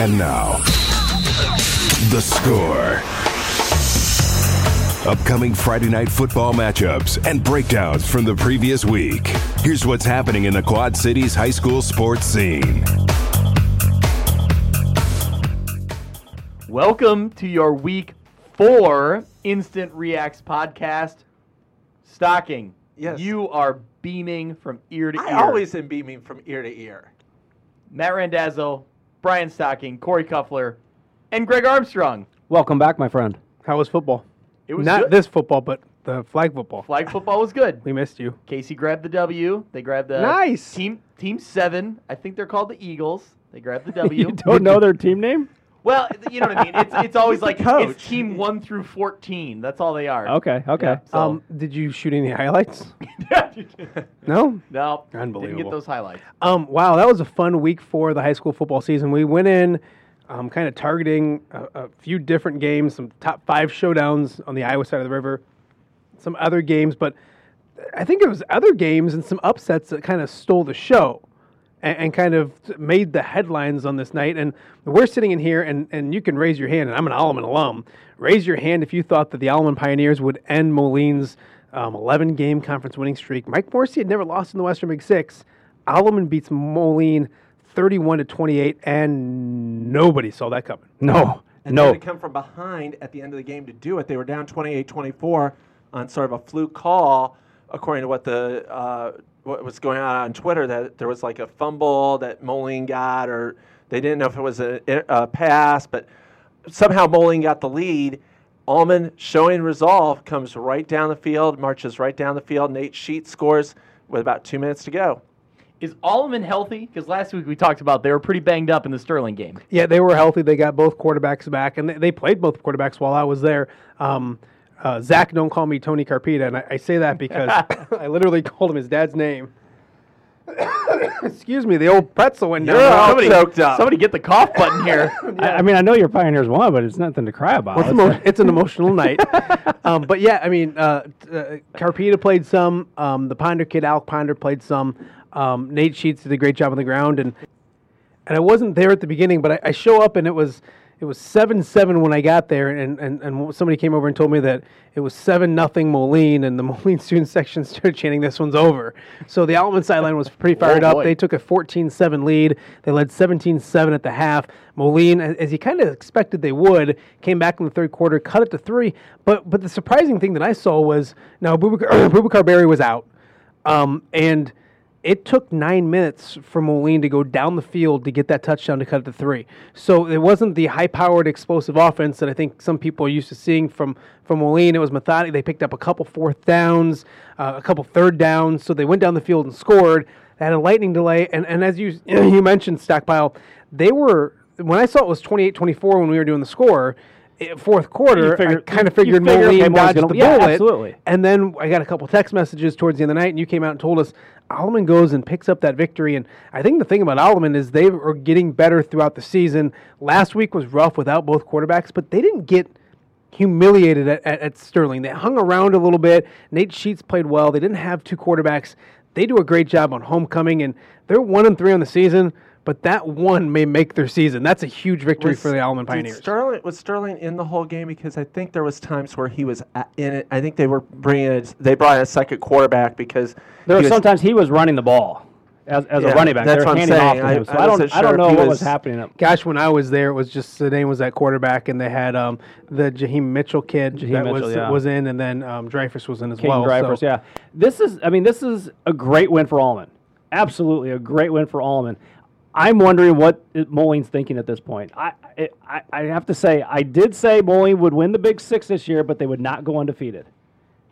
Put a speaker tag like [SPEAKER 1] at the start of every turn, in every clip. [SPEAKER 1] And now, the score. Upcoming Friday night football matchups and breakdowns from the previous week. Here's what's happening in the Quad Cities high school sports scene.
[SPEAKER 2] Welcome to your week four Instant Reacts podcast. Stocking.
[SPEAKER 3] Yes.
[SPEAKER 2] You are beaming from ear to ear.
[SPEAKER 3] I always am beaming from ear to ear.
[SPEAKER 2] Matt Randazzo, Brian Stocking, Corey Cuffler, and Greg Armstrong.
[SPEAKER 4] Welcome back, my friend.
[SPEAKER 5] How was football?
[SPEAKER 2] It was
[SPEAKER 5] Not
[SPEAKER 2] good.
[SPEAKER 5] this football, but the flag football.
[SPEAKER 2] Flag football was good.
[SPEAKER 5] We missed you.
[SPEAKER 2] Casey grabbed the W. They grabbed the
[SPEAKER 5] Nice.
[SPEAKER 2] team. Team seven. I think they're called the Eagles. They grabbed the W.
[SPEAKER 4] You don't know their team name?
[SPEAKER 2] Well, you know what I mean. It's it's always like
[SPEAKER 3] coach.
[SPEAKER 2] it's team one through fourteen. That's all they are.
[SPEAKER 4] Okay, okay.
[SPEAKER 2] Yeah, so-
[SPEAKER 5] Um, did you shoot any highlights? No.
[SPEAKER 2] no, Didn't get
[SPEAKER 5] Unbelievable.
[SPEAKER 2] those highlights.
[SPEAKER 5] Um, wow, that was a fun week for the high school football season. We went in, um, kind of targeting a, a few different games, some top five showdowns on the Iowa side of the river, some other games, but I think it was other games and some upsets that kind of stole the show and, and kind of made the headlines on this night. And we're sitting in here, and, and you can raise your hand, and I'm an Alleman alum. Raise your hand if you thought that the Alleman Pioneers would end Moline's um, 11 game conference winning streak. Mike Morrissey had never lost in the Western Big Six. Alleman beats Moline 31 to 28, and nobody saw that coming.
[SPEAKER 4] No,
[SPEAKER 3] And they
[SPEAKER 4] no.
[SPEAKER 3] had to come from behind at the end of the game to do it. They were down 28-24 on sort of a fluke call, according to what the uh, what was going on on Twitter. That there was like a fumble that Moline got, or they didn't know if it was a, a pass, but somehow Moline got the lead. Allman showing resolve comes right down the field, marches right down the field. Nate Sheet scores with about two minutes to go.
[SPEAKER 2] Is Allman healthy? Because last week we talked about they were pretty banged up in the Sterling game.
[SPEAKER 5] Yeah, they were healthy. They got both quarterbacks back, and they, they played both quarterbacks while I was there. Um, uh, Zach, don't call me Tony Carpita, and I, I say that because I literally called him his dad's name. Excuse me, the old pretzel went down.
[SPEAKER 3] You're all choked up.
[SPEAKER 2] Somebody get the cough button here.
[SPEAKER 4] I, I mean, I know your Pioneers won, but it's nothing to cry about.
[SPEAKER 5] It's,
[SPEAKER 4] It's
[SPEAKER 5] emo-
[SPEAKER 4] like-
[SPEAKER 5] it's an emotional night. Um, but yeah, I mean, uh, t- uh, Carpita played some. Um, the Ponder kid, Alec Ponder, played some. Um, Nate Sheets did a great job on the ground, and and I wasn't there at the beginning, but I, I show up and it was it was seven seven when I got there, and, and and somebody came over and told me that it was seven nothing Moline, and the Moline student section started chanting, "This one's over." So the Alman sideline was pretty fired
[SPEAKER 2] Oh,
[SPEAKER 5] up.
[SPEAKER 2] boy.
[SPEAKER 5] They took a 14-7 lead. They led 17-7 at the half. Moline, a- as you kind of expected they would, came back in the third quarter, cut it to three. But but the surprising thing that I saw was now Bubakar, Bubakar Berry was out. Um, and it took nine minutes for Moline to go down the field to get that touchdown to cut it to three. So it wasn't the high-powered, explosive offense that I think some people are used to seeing from from Moline. It was methodic. They picked up a couple fourth downs, uh, a couple third downs. So they went down the field and scored. They had a lightning delay, and, and as you you mentioned, Stackpile, they were when I saw it was 28-24 when we were doing the score. eh, Fourth quarter, I
[SPEAKER 4] figured-
[SPEAKER 5] kind
[SPEAKER 4] you
[SPEAKER 5] of figured
[SPEAKER 4] figured
[SPEAKER 5] Moline
[SPEAKER 4] Moline was
[SPEAKER 5] dodged
[SPEAKER 4] gonna-
[SPEAKER 5] the
[SPEAKER 4] yeah,
[SPEAKER 5] bullet.
[SPEAKER 4] absolutely.
[SPEAKER 5] And then I got a couple text messages towards the end of the night, and you came out and told us Alleman goes and picks up that victory. And I think the thing about Alleman is they are getting better throughout the season. Last week was rough without both quarterbacks, but they didn't get humiliated at, at, at Sterling. They hung around a little bit. Nate Sheets played well. They didn't have two quarterbacks. They do a great job on homecoming, and they're one and three on the season. But that one may make their season. That's a huge victory
[SPEAKER 3] Was-
[SPEAKER 5] for the Alleman
[SPEAKER 3] did
[SPEAKER 5] Pioneers.
[SPEAKER 3] Sterling was Sterling in the whole game because I think there was times where he was a- in it. I think they were bringing it, they brought in a second quarterback because he
[SPEAKER 4] there was
[SPEAKER 3] was-
[SPEAKER 4] sometimes he was running the ball as, as
[SPEAKER 3] Yeah,
[SPEAKER 4] a running back.
[SPEAKER 3] that's
[SPEAKER 4] They were
[SPEAKER 3] what I'm
[SPEAKER 4] handing
[SPEAKER 3] saying.
[SPEAKER 4] off to
[SPEAKER 3] I-
[SPEAKER 4] him. So
[SPEAKER 3] I
[SPEAKER 4] I,
[SPEAKER 3] wasn't
[SPEAKER 4] don't, I
[SPEAKER 3] sure
[SPEAKER 4] don't
[SPEAKER 3] if
[SPEAKER 4] know
[SPEAKER 3] he
[SPEAKER 4] what
[SPEAKER 3] was-
[SPEAKER 4] was happening. Up.
[SPEAKER 5] Gosh, when I was there, it was just Sedan was that quarterback, and they had um, the Jaheim Mitchell kid that was
[SPEAKER 4] Mitchell, yeah.
[SPEAKER 5] was in, and then um, Dreyfus was in as
[SPEAKER 4] Caden
[SPEAKER 5] well. so-
[SPEAKER 4] Dreyfus, yeah. This is, I mean, this is a great win for Allman. Absolutely a great win for Allman. I'm wondering what i- Moline's thinking at this point. I, I, I- I have to say, I did say Moline would win the Big Six this year, but they would not go undefeated.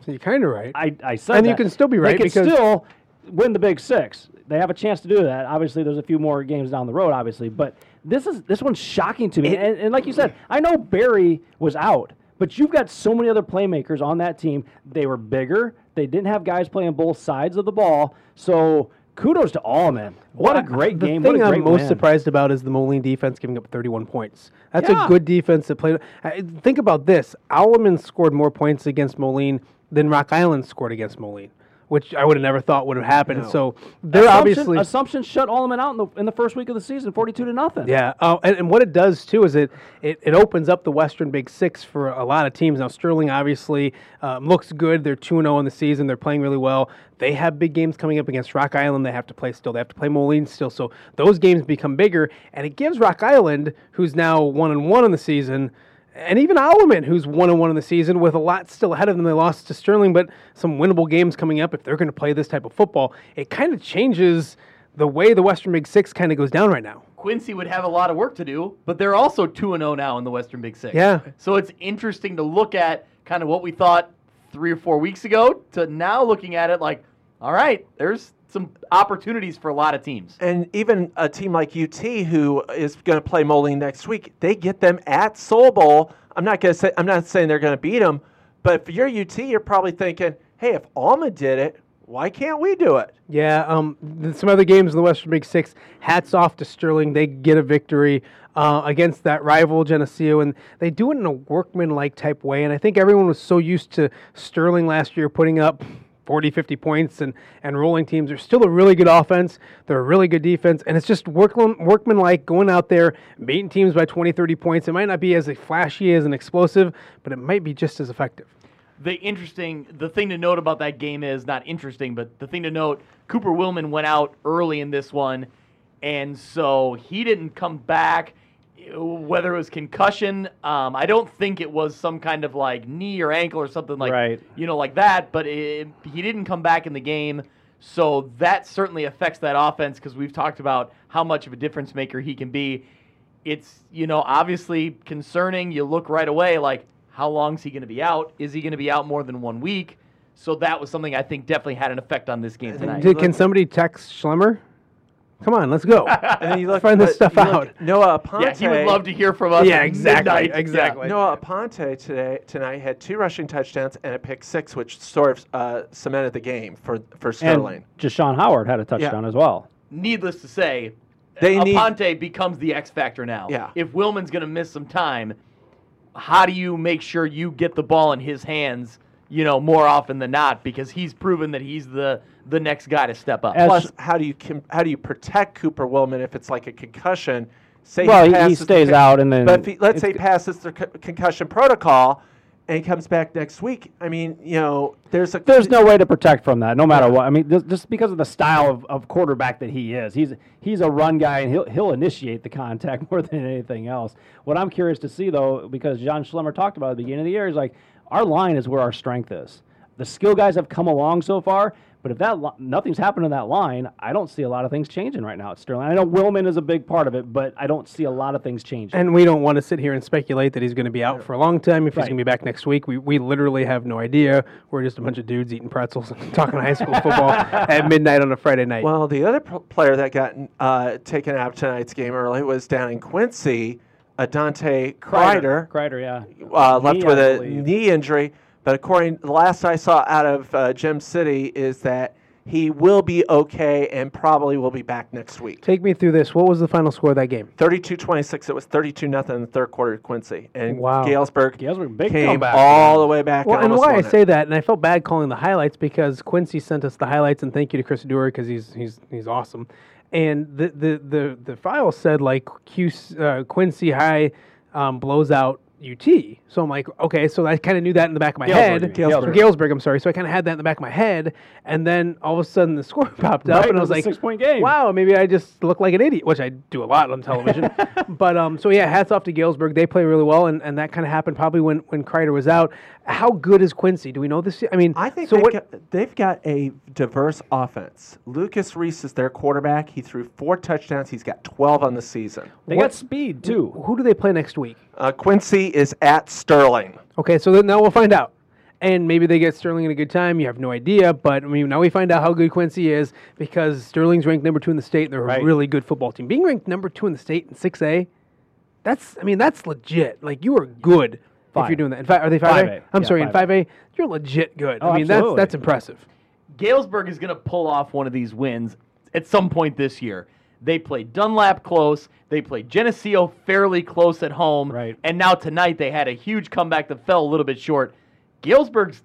[SPEAKER 5] So you're kind of right.
[SPEAKER 4] I, I said
[SPEAKER 5] And you
[SPEAKER 4] that.
[SPEAKER 5] can still be right
[SPEAKER 4] They can
[SPEAKER 5] because-
[SPEAKER 4] still win the Big Six. They have a chance to do that. Obviously, there's a few more games down the road, obviously, but this is this one's shocking to me. and, and like you said, I know Barry was out, but you've got so many other playmakers on that team. They were bigger. They didn't have guys playing both sides of the ball. So kudos to all man. What a great
[SPEAKER 5] the
[SPEAKER 4] game!
[SPEAKER 5] thing
[SPEAKER 4] what a great
[SPEAKER 5] I'm most
[SPEAKER 4] win.
[SPEAKER 5] surprised about is the Moline defense giving up 31 points. That's
[SPEAKER 4] Yeah.
[SPEAKER 5] a good defense that played. I- Think about this: Alaman scored more points against Moline than Rock Island scored against Moline, which I would have never thought would have happened. So they're
[SPEAKER 4] Assumption,
[SPEAKER 5] obviously
[SPEAKER 4] Assumption shut Allman out in the, in the first week of the season, forty-two to nothing.
[SPEAKER 5] Yeah, uh, and, and what it does too is it, it it opens up the Western Big Six for a lot of teams. Now Sterling obviously um, looks good. They're two zero in the season. They're playing really well. They have big games coming up against Rock Island. They have to play still. They have to play Moline still. So those games become bigger, and it gives Rock Island, who's now one and one in the season. And even Alaman, who's one and one in the season, with a lot still ahead of them, they lost to Sterling, but some winnable games coming up. If they're going to play this type of football, it kind of changes the way the Western Big Six kind of goes down right now.
[SPEAKER 2] Quincy would have a lot of work to do, but they're also 2 and 0 now in the Western Big 6.
[SPEAKER 5] Yeah.
[SPEAKER 2] So it's interesting to look at kind of what we thought 3 or 4 weeks ago to now looking at it like all right, there's some opportunities for a lot of teams.
[SPEAKER 3] And even a team like UT, who is going to play Moline next week, they get them at Soul Bowl. I'm not going to say I'm not saying they're going to beat them, but if you're UT, you're probably thinking, "Hey, if Alma did it, why can't we do it?"
[SPEAKER 5] Yeah, um, th- some other games in the Western Big Six. Hats off to Sterling; they get a victory uh, against that rival Geneseo, and they do it in a workman-like type way. And I think everyone was so used to Sterling last year putting up 40, 50 points and and rolling teams. They're still a really good offense. They're a really good defense, and it's just workman workman-like going out there beating teams by 20, 30 points. It might not be as flashy as an explosive, but it might be just as effective.
[SPEAKER 2] the interesting the thing to note about that game is not interesting, but the thing to note, Cooper Willman went out early in this one, and so he didn't come back. Whether it was concussion, um, I don't think it was some kind of like knee or ankle or something like
[SPEAKER 4] Right.
[SPEAKER 2] you know like that. But it, he didn't come back in the game, so that certainly affects that offense because we've talked about how much of a difference maker he can be it's you know obviously concerning you look right away like how long's he going to be out is he going to be out more than one week so that was something i think definitely had an effect on this game tonight
[SPEAKER 5] Did, can somebody text Schlemmer? Come on, let's go.
[SPEAKER 3] And then you look,
[SPEAKER 5] Find this
[SPEAKER 3] but
[SPEAKER 5] stuff
[SPEAKER 3] you look,
[SPEAKER 5] out.
[SPEAKER 3] Noah Aponte.
[SPEAKER 2] yeah he would love to hear from us
[SPEAKER 5] Yeah,
[SPEAKER 2] at
[SPEAKER 5] exactly,
[SPEAKER 2] midnight. Yeah.
[SPEAKER 5] exactly.
[SPEAKER 3] Noah Aponte today tonight had two rushing touchdowns and a pick six, which sort of uh, cemented the game for for
[SPEAKER 4] And
[SPEAKER 3] Sterling.
[SPEAKER 4] Deshaun Howard had a touchdown as well.
[SPEAKER 2] needless to say
[SPEAKER 3] They need-
[SPEAKER 2] Aponte becomes the X factor now.
[SPEAKER 3] Yeah.
[SPEAKER 2] If Wilman's going to miss some time, how do you make sure you get the ball in his hands, you know, more often than not because he's proven that he's the the next guy to step up.
[SPEAKER 4] As-
[SPEAKER 3] Plus, how do you com- how do you protect Cooper Willman if it's like a concussion? Say
[SPEAKER 4] Well, he- he
[SPEAKER 3] passes the
[SPEAKER 4] stays out and then
[SPEAKER 3] But if he, let's
[SPEAKER 4] it's
[SPEAKER 3] say he passes the co- concussion protocol, and he comes back next week. I mean, you know, there's a
[SPEAKER 4] there's no way to protect from that, no matter what. I mean, just, just because of the style of, of quarterback that he is, he's he's a run guy and he'll he'll initiate the contact more than anything else. What I'm curious to see though, because John Schlemmer talked about it at the beginning of the year, is like our line is where our strength is. The skill guys have come along so far, but if that li- nothing's happened in that line, I don't see a lot of things changing right now at Sterling. I know Willman is a big part of it, but I don't see a lot of things changing.
[SPEAKER 5] And we don't want to sit here and speculate that he's going to be out for a long time. If he's
[SPEAKER 4] Right.
[SPEAKER 5] going to be back next week, we, we literally have no idea. We're just a bunch of dudes eating pretzels and talking high school football at midnight on a Friday night.
[SPEAKER 3] Well, the other pl- player that got uh, taken out of tonight's game early was down in Quincy, uh, Dante Kreider,
[SPEAKER 4] Kreider, yeah.
[SPEAKER 3] uh, left
[SPEAKER 4] Knee,
[SPEAKER 3] with
[SPEAKER 4] I
[SPEAKER 3] a
[SPEAKER 4] believe.
[SPEAKER 3] knee injury. But according the last I saw out of uh, Gem City is that he will be okay and probably will be back next week.
[SPEAKER 5] Take me through this. What was the final score of that game?
[SPEAKER 3] 32-26. It was 32 nothing in the third quarter to Quincy. And
[SPEAKER 5] Wow.
[SPEAKER 3] Galesburg,
[SPEAKER 4] Galesburg, big
[SPEAKER 3] came
[SPEAKER 4] comeback.
[SPEAKER 3] all the way back.
[SPEAKER 5] Well, and
[SPEAKER 3] almost
[SPEAKER 5] why I
[SPEAKER 3] won it.
[SPEAKER 5] say that, and I felt bad calling the highlights because Quincy sent us the highlights, and thank you to Chris Dewar because he's he's he's awesome. And the the the, the file said like Q, uh, Quincy High um, blows out UT, so I'm like, okay, so I kind of knew that in the back of my
[SPEAKER 4] Galesburg,
[SPEAKER 5] head.
[SPEAKER 4] you mean. Galesburg.
[SPEAKER 5] Galesburg, I'm sorry. So I kind of had that in the back of my head, and then all of a sudden the score popped up,
[SPEAKER 4] Right,
[SPEAKER 5] and
[SPEAKER 4] it
[SPEAKER 5] I was
[SPEAKER 4] was a
[SPEAKER 5] like,
[SPEAKER 4] six-point game.
[SPEAKER 5] Wow, wow, oh, maybe I just look like an idiot, which I do a lot on television. but um, so yeah, hats off to Galesburg. They play really well, and, and that kind of happened probably when when Kreider was out. How good is Quincy? Do we know this? I mean,
[SPEAKER 3] I think
[SPEAKER 5] so.
[SPEAKER 3] they've,
[SPEAKER 5] What,
[SPEAKER 3] got, they've got a diverse offense. Lucas Reese is their quarterback. He threw four touchdowns. He's got 12 on the season.
[SPEAKER 4] They
[SPEAKER 5] What-
[SPEAKER 4] got speed too.
[SPEAKER 5] who do they play next week?
[SPEAKER 3] Uh, Quincy is at Sterling.
[SPEAKER 5] Okay, so then now we'll find out. and maybe they get Sterling at a good time. You have no idea, but I mean, now we find out how good Quincy is because Sterling's ranked number two in the state. And they're
[SPEAKER 4] Right.
[SPEAKER 5] a really good football team. Being ranked number two in the state in six A, that's I mean that's legit. Like you are good if
[SPEAKER 4] Five.
[SPEAKER 5] you're doing that. In fact, are they five
[SPEAKER 4] 5A.
[SPEAKER 5] A? I'm
[SPEAKER 4] Yeah,
[SPEAKER 5] sorry, in
[SPEAKER 4] 5A.
[SPEAKER 5] five A, you're legit good.
[SPEAKER 4] Oh,
[SPEAKER 5] I mean
[SPEAKER 4] absolutely.
[SPEAKER 5] that's that's impressive.
[SPEAKER 2] Galesburg is going to pull off one of these wins at some point this year. They played Dunlap close. They played Geneseo fairly close at home.
[SPEAKER 4] Right.
[SPEAKER 2] And now tonight they had a huge comeback that fell a little bit short. Galesburg's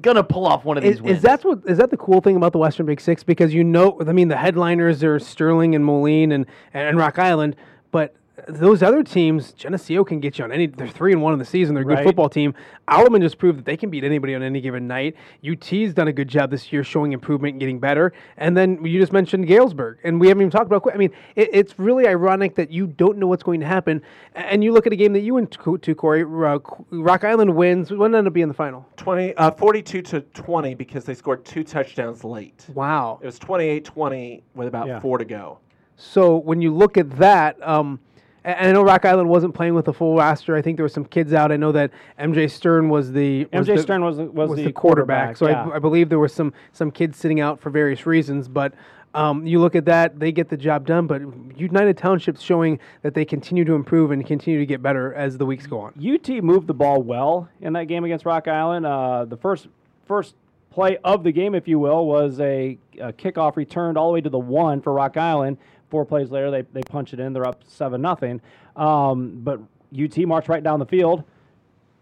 [SPEAKER 2] going to pull off one of these
[SPEAKER 5] Is,
[SPEAKER 2] wins.
[SPEAKER 5] is that what is that the cool thing about the Western Big Six? Because you know, I mean, the headliners are Sterling and Moline and, and Rock Island, but those other teams, Geneseo can get you on any. They're three and one in the season. They're a good
[SPEAKER 4] Right.
[SPEAKER 5] football team. Alaman just proved that they can beat anybody on any given night. UT's done a good job this year, showing improvement and getting better. And then you just mentioned Galesburg, and we haven't even talked about. Qu- I mean, it, it's really ironic that you don't know what's going to happen, A- and you look at a game that you went to, to Corey. Ro- Rock Island wins. What ended up being the final?
[SPEAKER 3] 20, uh, 42 to 20 because they scored two touchdowns late.
[SPEAKER 5] Wow.
[SPEAKER 3] It was 28 20 with about
[SPEAKER 4] Yeah.
[SPEAKER 3] four to go.
[SPEAKER 5] So when you look at that, um, a- and I know Rock Island wasn't playing with a full roster. I think there were some kids out. I know that MJ Stern was the was
[SPEAKER 4] MJ
[SPEAKER 5] the-
[SPEAKER 4] Stern was the- was the quarterback,
[SPEAKER 5] So
[SPEAKER 4] yeah.
[SPEAKER 5] I, I believe there were some some kids sitting out for various reasons. But um, you look at that, they get the job done. But United Township's showing that they continue to improve and continue to get better as the weeks go on.
[SPEAKER 4] UT moved the ball well in that game against Rock Island. Uh, the first first play of the game, if you will, was a, a kickoff returned all the way to the one for Rock Island. Four plays later, they, they punch it in. They're up seven nothing. Um, but UT marched right down the field,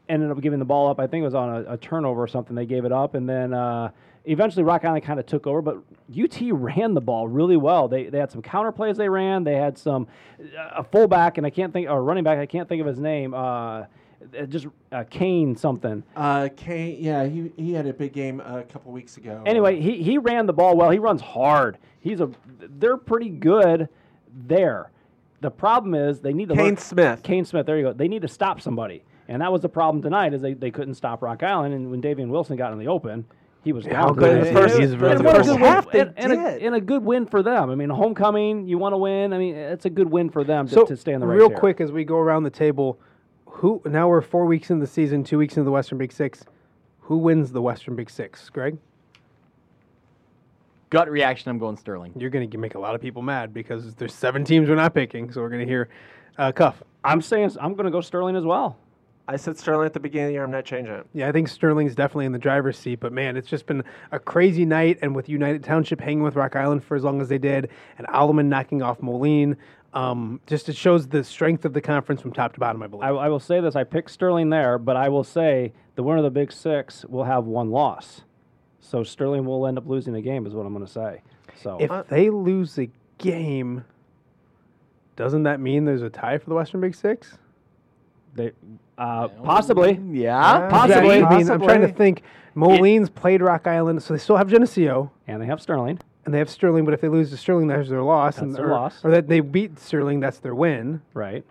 [SPEAKER 4] ended up giving the ball up. I think it was on a, a turnover or something. They gave it up, and then uh, eventually Rock Island kind of took over. But UT ran the ball really well. They they had some counter plays they ran. They had some uh, a fullback and I can't think or running back. I can't think of his name. Uh, it just uh, Kane something.
[SPEAKER 3] Uh, Kane, yeah, he, he had a big game a couple weeks ago.
[SPEAKER 4] Anyway, he, he ran the ball well. He runs hard. He's a they're pretty good there. The problem is they need to
[SPEAKER 3] Kane
[SPEAKER 4] learn-
[SPEAKER 3] Smith.
[SPEAKER 4] Kane Smith. There you go. They need to stop somebody, and that was the problem tonight. Is they, they couldn't stop Rock Island, and when Davian Wilson got in the open, he was
[SPEAKER 5] how
[SPEAKER 4] gone.
[SPEAKER 5] good
[SPEAKER 4] tonight.
[SPEAKER 5] is he? He's
[SPEAKER 4] And
[SPEAKER 5] really
[SPEAKER 4] what a
[SPEAKER 5] good.
[SPEAKER 4] good
[SPEAKER 3] Half
[SPEAKER 4] win-
[SPEAKER 3] they
[SPEAKER 4] and, and
[SPEAKER 3] did.
[SPEAKER 4] a, and a good win for them. I mean, homecoming, you want to win. I mean, it's a good win for them to, to stay in the race
[SPEAKER 5] real
[SPEAKER 4] here.
[SPEAKER 5] quick as we go around the table, who now we're four weeks into the season, two weeks into the Western Big Six. Who wins the Western Big Six, Greg?
[SPEAKER 2] Gut reaction, I'm going Sterling.
[SPEAKER 5] you're going to make a lot of people mad because there's seven teams we're not picking. So we're going to hear uh, Cuff.
[SPEAKER 4] I'm saying I'm going to go Sterling as well.
[SPEAKER 3] I said Sterling at the beginning of the year. I'm not changing it.
[SPEAKER 5] Yeah, I think Sterling's definitely in the driver's seat, but man, it's just been a crazy night. And with United Township hanging with Rock Island for as long as they did, and Alaman knocking off Moline, um, just it shows the strength of the conference from top to bottom. I believe.
[SPEAKER 4] I, I will say this: I picked Sterling there, but I will say the winner of the Big Six will have one loss, so Sterling will end up losing the game. Is what I'm going to say. So
[SPEAKER 5] if they lose a game, doesn't that mean there's a tie for the Western Big Six?
[SPEAKER 4] they, uh, possibly, uh,
[SPEAKER 2] Yeah.
[SPEAKER 4] Possibly.
[SPEAKER 5] I mean, I'm
[SPEAKER 4] Possibly.
[SPEAKER 5] trying to think. Moline's played Rock Island, so they still have Geneseo.
[SPEAKER 4] and they have Sterling.
[SPEAKER 5] and they have Sterling, but if they lose to Sterling, that's their loss. and,
[SPEAKER 4] That's their
[SPEAKER 5] or,
[SPEAKER 4] loss.
[SPEAKER 5] Or that they beat Sterling, that's their win.
[SPEAKER 4] Right.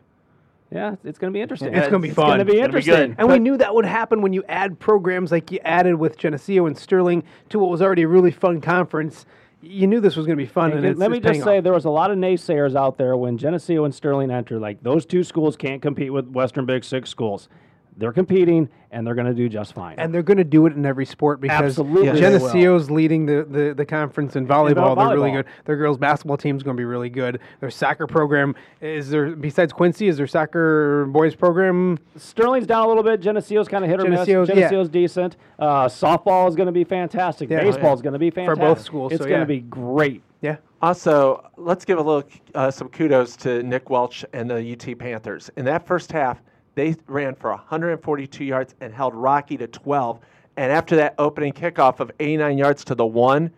[SPEAKER 4] Yeah, it's going to be interesting.
[SPEAKER 5] It's gonna be
[SPEAKER 4] It's going
[SPEAKER 5] fun.
[SPEAKER 4] to be
[SPEAKER 2] It's gonna be
[SPEAKER 4] interesting.
[SPEAKER 2] good.
[SPEAKER 5] And we knew that would happen when you add programs like you added with Geneseo and Sterling to what was already a really fun conference. You knew this was going to be fun, and,
[SPEAKER 4] And
[SPEAKER 5] it's,
[SPEAKER 4] let me
[SPEAKER 5] it's
[SPEAKER 4] just
[SPEAKER 5] paying
[SPEAKER 4] say
[SPEAKER 5] off.
[SPEAKER 4] there was a lot of naysayers out there when Geneseo and Sterling entered. Like those two schools can't compete with Western Big Six schools. They're competing, and they're going to do just fine.
[SPEAKER 5] and they're going to do it in every sport because
[SPEAKER 4] Absolutely Yes. they will.
[SPEAKER 5] Geneseo's leading the, the, the conference in volleyball. They're really
[SPEAKER 4] volleyball.
[SPEAKER 5] good. Their girls basketball team's going to be really good. Their soccer program is there besides Quincy is their soccer boys program.
[SPEAKER 4] Sterling's down a little bit. Geneseo's kind of hit or
[SPEAKER 5] Geneseo's-
[SPEAKER 4] miss.
[SPEAKER 5] yeah.
[SPEAKER 4] Geneseo's decent. Uh, softball is going to be fantastic.
[SPEAKER 5] Yeah.
[SPEAKER 4] Baseball is going to be
[SPEAKER 5] For both
[SPEAKER 4] fantastic.
[SPEAKER 5] schools,
[SPEAKER 4] It's
[SPEAKER 5] so
[SPEAKER 4] going
[SPEAKER 5] yeah.
[SPEAKER 4] to be great.
[SPEAKER 5] Yeah,
[SPEAKER 3] Also, let's give a little uh, some kudos to Nick Welch and the UT Panthers. In that first half, they ran for 142 yards and held Rocky to 12. And after that opening kickoff of 89 yards to the one,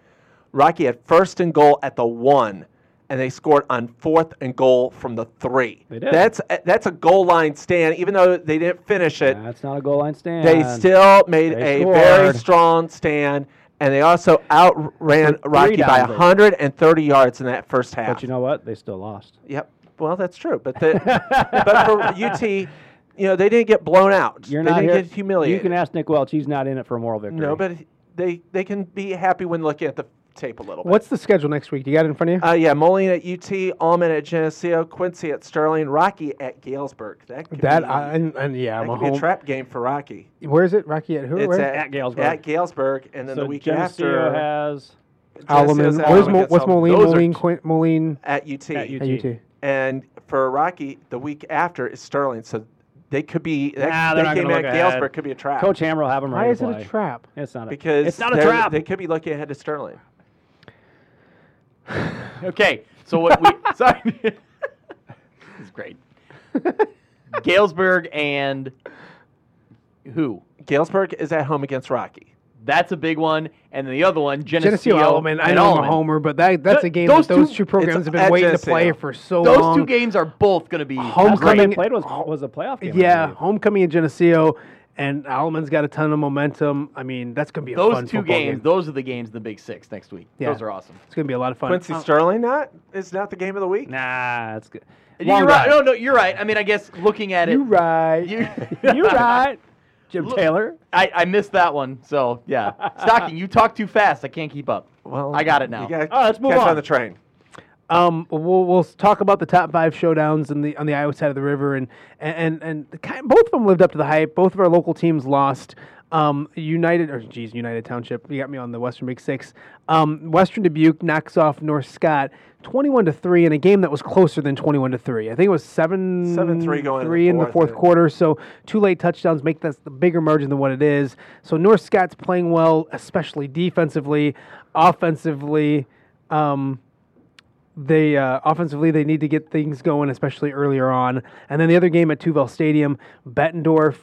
[SPEAKER 3] Rocky had first and goal at the one, and they scored on fourth and goal from the three.
[SPEAKER 4] They did.
[SPEAKER 3] That's a, that's a goal line stand, even though they didn't finish it.
[SPEAKER 4] That's not a goal line stand.
[SPEAKER 3] They still made
[SPEAKER 4] They
[SPEAKER 3] a very
[SPEAKER 4] scored.
[SPEAKER 3] strong stand, and they also outran Rocky by
[SPEAKER 4] down there.
[SPEAKER 3] 130 yards in that first half.
[SPEAKER 4] But you know what? They still lost.
[SPEAKER 3] yep. Well, that's true, but the, but for UT, you know, they didn't get blown out.
[SPEAKER 4] You're
[SPEAKER 3] they
[SPEAKER 4] not
[SPEAKER 3] didn't
[SPEAKER 4] here.
[SPEAKER 3] get humiliated.
[SPEAKER 4] You can ask Nick Welch. He's not in it for a moral victory.
[SPEAKER 3] no, but they they can be happy when looking at the tape a little bit.
[SPEAKER 5] What's the schedule next week? Do you got it in front of you?
[SPEAKER 3] Uh, yeah, Moline at UT, Allman at Geneseo, Quincy at Sterling, Rocky at Galesburg. That could
[SPEAKER 5] that
[SPEAKER 3] be,
[SPEAKER 5] I, and, and yeah,
[SPEAKER 3] that
[SPEAKER 5] I'm a
[SPEAKER 3] could be a
[SPEAKER 5] home.
[SPEAKER 3] trap game for Rocky.
[SPEAKER 5] Where is it? Rocky at who?
[SPEAKER 3] It's
[SPEAKER 5] Where?
[SPEAKER 3] at,
[SPEAKER 4] At Galesburg.
[SPEAKER 3] At Galesburg, and then
[SPEAKER 4] so
[SPEAKER 3] the week
[SPEAKER 4] Geneseo
[SPEAKER 3] after
[SPEAKER 4] has
[SPEAKER 5] Alaman.
[SPEAKER 3] Geneseo's at
[SPEAKER 5] Where's
[SPEAKER 3] Alaman
[SPEAKER 5] Mo,
[SPEAKER 3] gets
[SPEAKER 5] what's
[SPEAKER 3] home.
[SPEAKER 5] Moline?
[SPEAKER 4] Those are
[SPEAKER 5] Moline,
[SPEAKER 4] t-
[SPEAKER 5] Quin, Moline
[SPEAKER 3] At UT.
[SPEAKER 4] At UT.
[SPEAKER 5] at UT.
[SPEAKER 3] And for Rocky, the week after is Sterling, so they could be that,
[SPEAKER 4] Nah,
[SPEAKER 3] that
[SPEAKER 4] they're not
[SPEAKER 3] game
[SPEAKER 4] gonna
[SPEAKER 3] at
[SPEAKER 4] look ahead.
[SPEAKER 3] Galesburg could be a trap.
[SPEAKER 4] Coach Hammer will have him
[SPEAKER 5] Why
[SPEAKER 4] ready
[SPEAKER 5] is
[SPEAKER 4] to
[SPEAKER 5] it
[SPEAKER 4] play.
[SPEAKER 5] a trap?
[SPEAKER 4] It's not a
[SPEAKER 3] because
[SPEAKER 4] It's not a
[SPEAKER 3] they're-
[SPEAKER 4] trap.
[SPEAKER 3] They could be looking ahead to Sterling.
[SPEAKER 2] Okay, so what we sorry, this is great. Galesburg and who?
[SPEAKER 3] Galesburg is at home against Rocky.
[SPEAKER 2] That's a big one, and the other one, Geneseo,
[SPEAKER 5] Geneseo Alaman. I
[SPEAKER 2] and
[SPEAKER 5] know I'm
[SPEAKER 2] Allman.
[SPEAKER 5] a homer, but that that's
[SPEAKER 2] Th-
[SPEAKER 5] a game
[SPEAKER 2] those
[SPEAKER 5] that those
[SPEAKER 2] two-
[SPEAKER 5] two, programs
[SPEAKER 3] it's
[SPEAKER 5] have been
[SPEAKER 3] at
[SPEAKER 5] waiting to
[SPEAKER 3] Geneseo.
[SPEAKER 5] play for so
[SPEAKER 2] Those
[SPEAKER 5] long.
[SPEAKER 2] two games are both going to be
[SPEAKER 4] Last time
[SPEAKER 5] Homecoming-
[SPEAKER 4] they played was, was a playoff game. I
[SPEAKER 5] Yeah,
[SPEAKER 4] believe.
[SPEAKER 5] homecoming in Geneseo, and Alaman's got a ton of momentum. I mean, that's gonna be a
[SPEAKER 2] those
[SPEAKER 5] fun
[SPEAKER 2] two
[SPEAKER 5] football
[SPEAKER 2] games.
[SPEAKER 5] Game.
[SPEAKER 2] Those are the games in the Big Six next week.
[SPEAKER 5] Yeah.
[SPEAKER 2] Those are awesome.
[SPEAKER 5] It's gonna be a lot of fun.
[SPEAKER 3] Quincy
[SPEAKER 5] Uh,
[SPEAKER 3] Sterling, not is not the game of the week.
[SPEAKER 4] Nah, that's good.
[SPEAKER 2] you're
[SPEAKER 4] Long
[SPEAKER 2] right.
[SPEAKER 4] drive.
[SPEAKER 2] No, no, you're right. I mean, I guess looking at it,
[SPEAKER 5] you right.
[SPEAKER 2] you-
[SPEAKER 4] You're right. Jim Taylor.
[SPEAKER 2] I, I missed that one. So yeah, Stocking, you talk too fast. I can't keep up. I got it now.
[SPEAKER 3] You gotta
[SPEAKER 4] All right, let's move
[SPEAKER 3] catch
[SPEAKER 4] on.
[SPEAKER 3] the train.
[SPEAKER 5] Um, we'll, we'll talk about the top five showdowns in the on the Iowa side of the river, and and and, and the kind, both of them lived up to the hype. Both of our local teams lost. Um, United or geez, United Township, you got me on the Western Big Six. Um, Western Dubuque knocks off North Scott twenty-one to three in a game that was closer than twenty-one to three. I think it was
[SPEAKER 3] 7-3
[SPEAKER 5] seven
[SPEAKER 3] going into
[SPEAKER 5] three
[SPEAKER 3] the
[SPEAKER 5] in the
[SPEAKER 3] fourth,
[SPEAKER 5] fourth
[SPEAKER 3] yeah.
[SPEAKER 5] quarter. So two late touchdowns make this the bigger margin than what it is. So North Scott's playing well, especially defensively, offensively. Um, they uh, offensively they need to get things going, especially earlier on. And then the other game at Tuvel Stadium, Bettendorf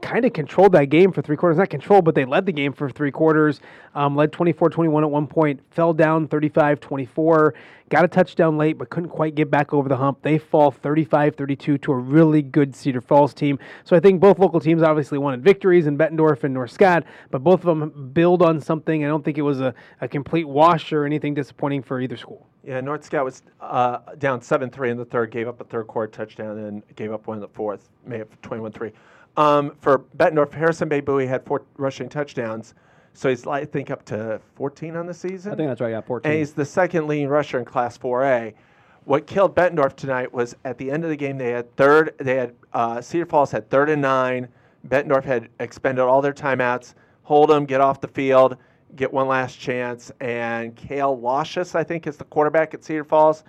[SPEAKER 5] kind of controlled that game for three quarters. Not controlled, but they led the game for three quarters. Um, led 24-21 at one point, fell down 35-24, got a touchdown late, but couldn't quite get back over the hump. They fall 35-32 to a really good Cedar Falls team. So I think both local teams obviously wanted victories in Bettendorf and North Scott, but both of them build on something. I don't think it was a, a complete wash or anything disappointing for either school.
[SPEAKER 3] Yeah, North Scott was uh, down seven three in the third, gave up a third quarter touchdown, and gave up one in the fourth, may have twenty one three. Um, for Bettendorf, Harrison Bay Bowie had four rushing touchdowns, so he's I think up to fourteen on the season.
[SPEAKER 4] I think that's right. Yeah, 14.
[SPEAKER 3] and he's the second leading rusher in Class 4A. What killed Bettendorf tonight was at the end of the game they had third. They had uh, Cedar Falls had third and nine. Bettendorf had expended all their timeouts. Hold them, get off the field, get one last chance. And Kale Loshus, I think, is the quarterback at Cedar Falls,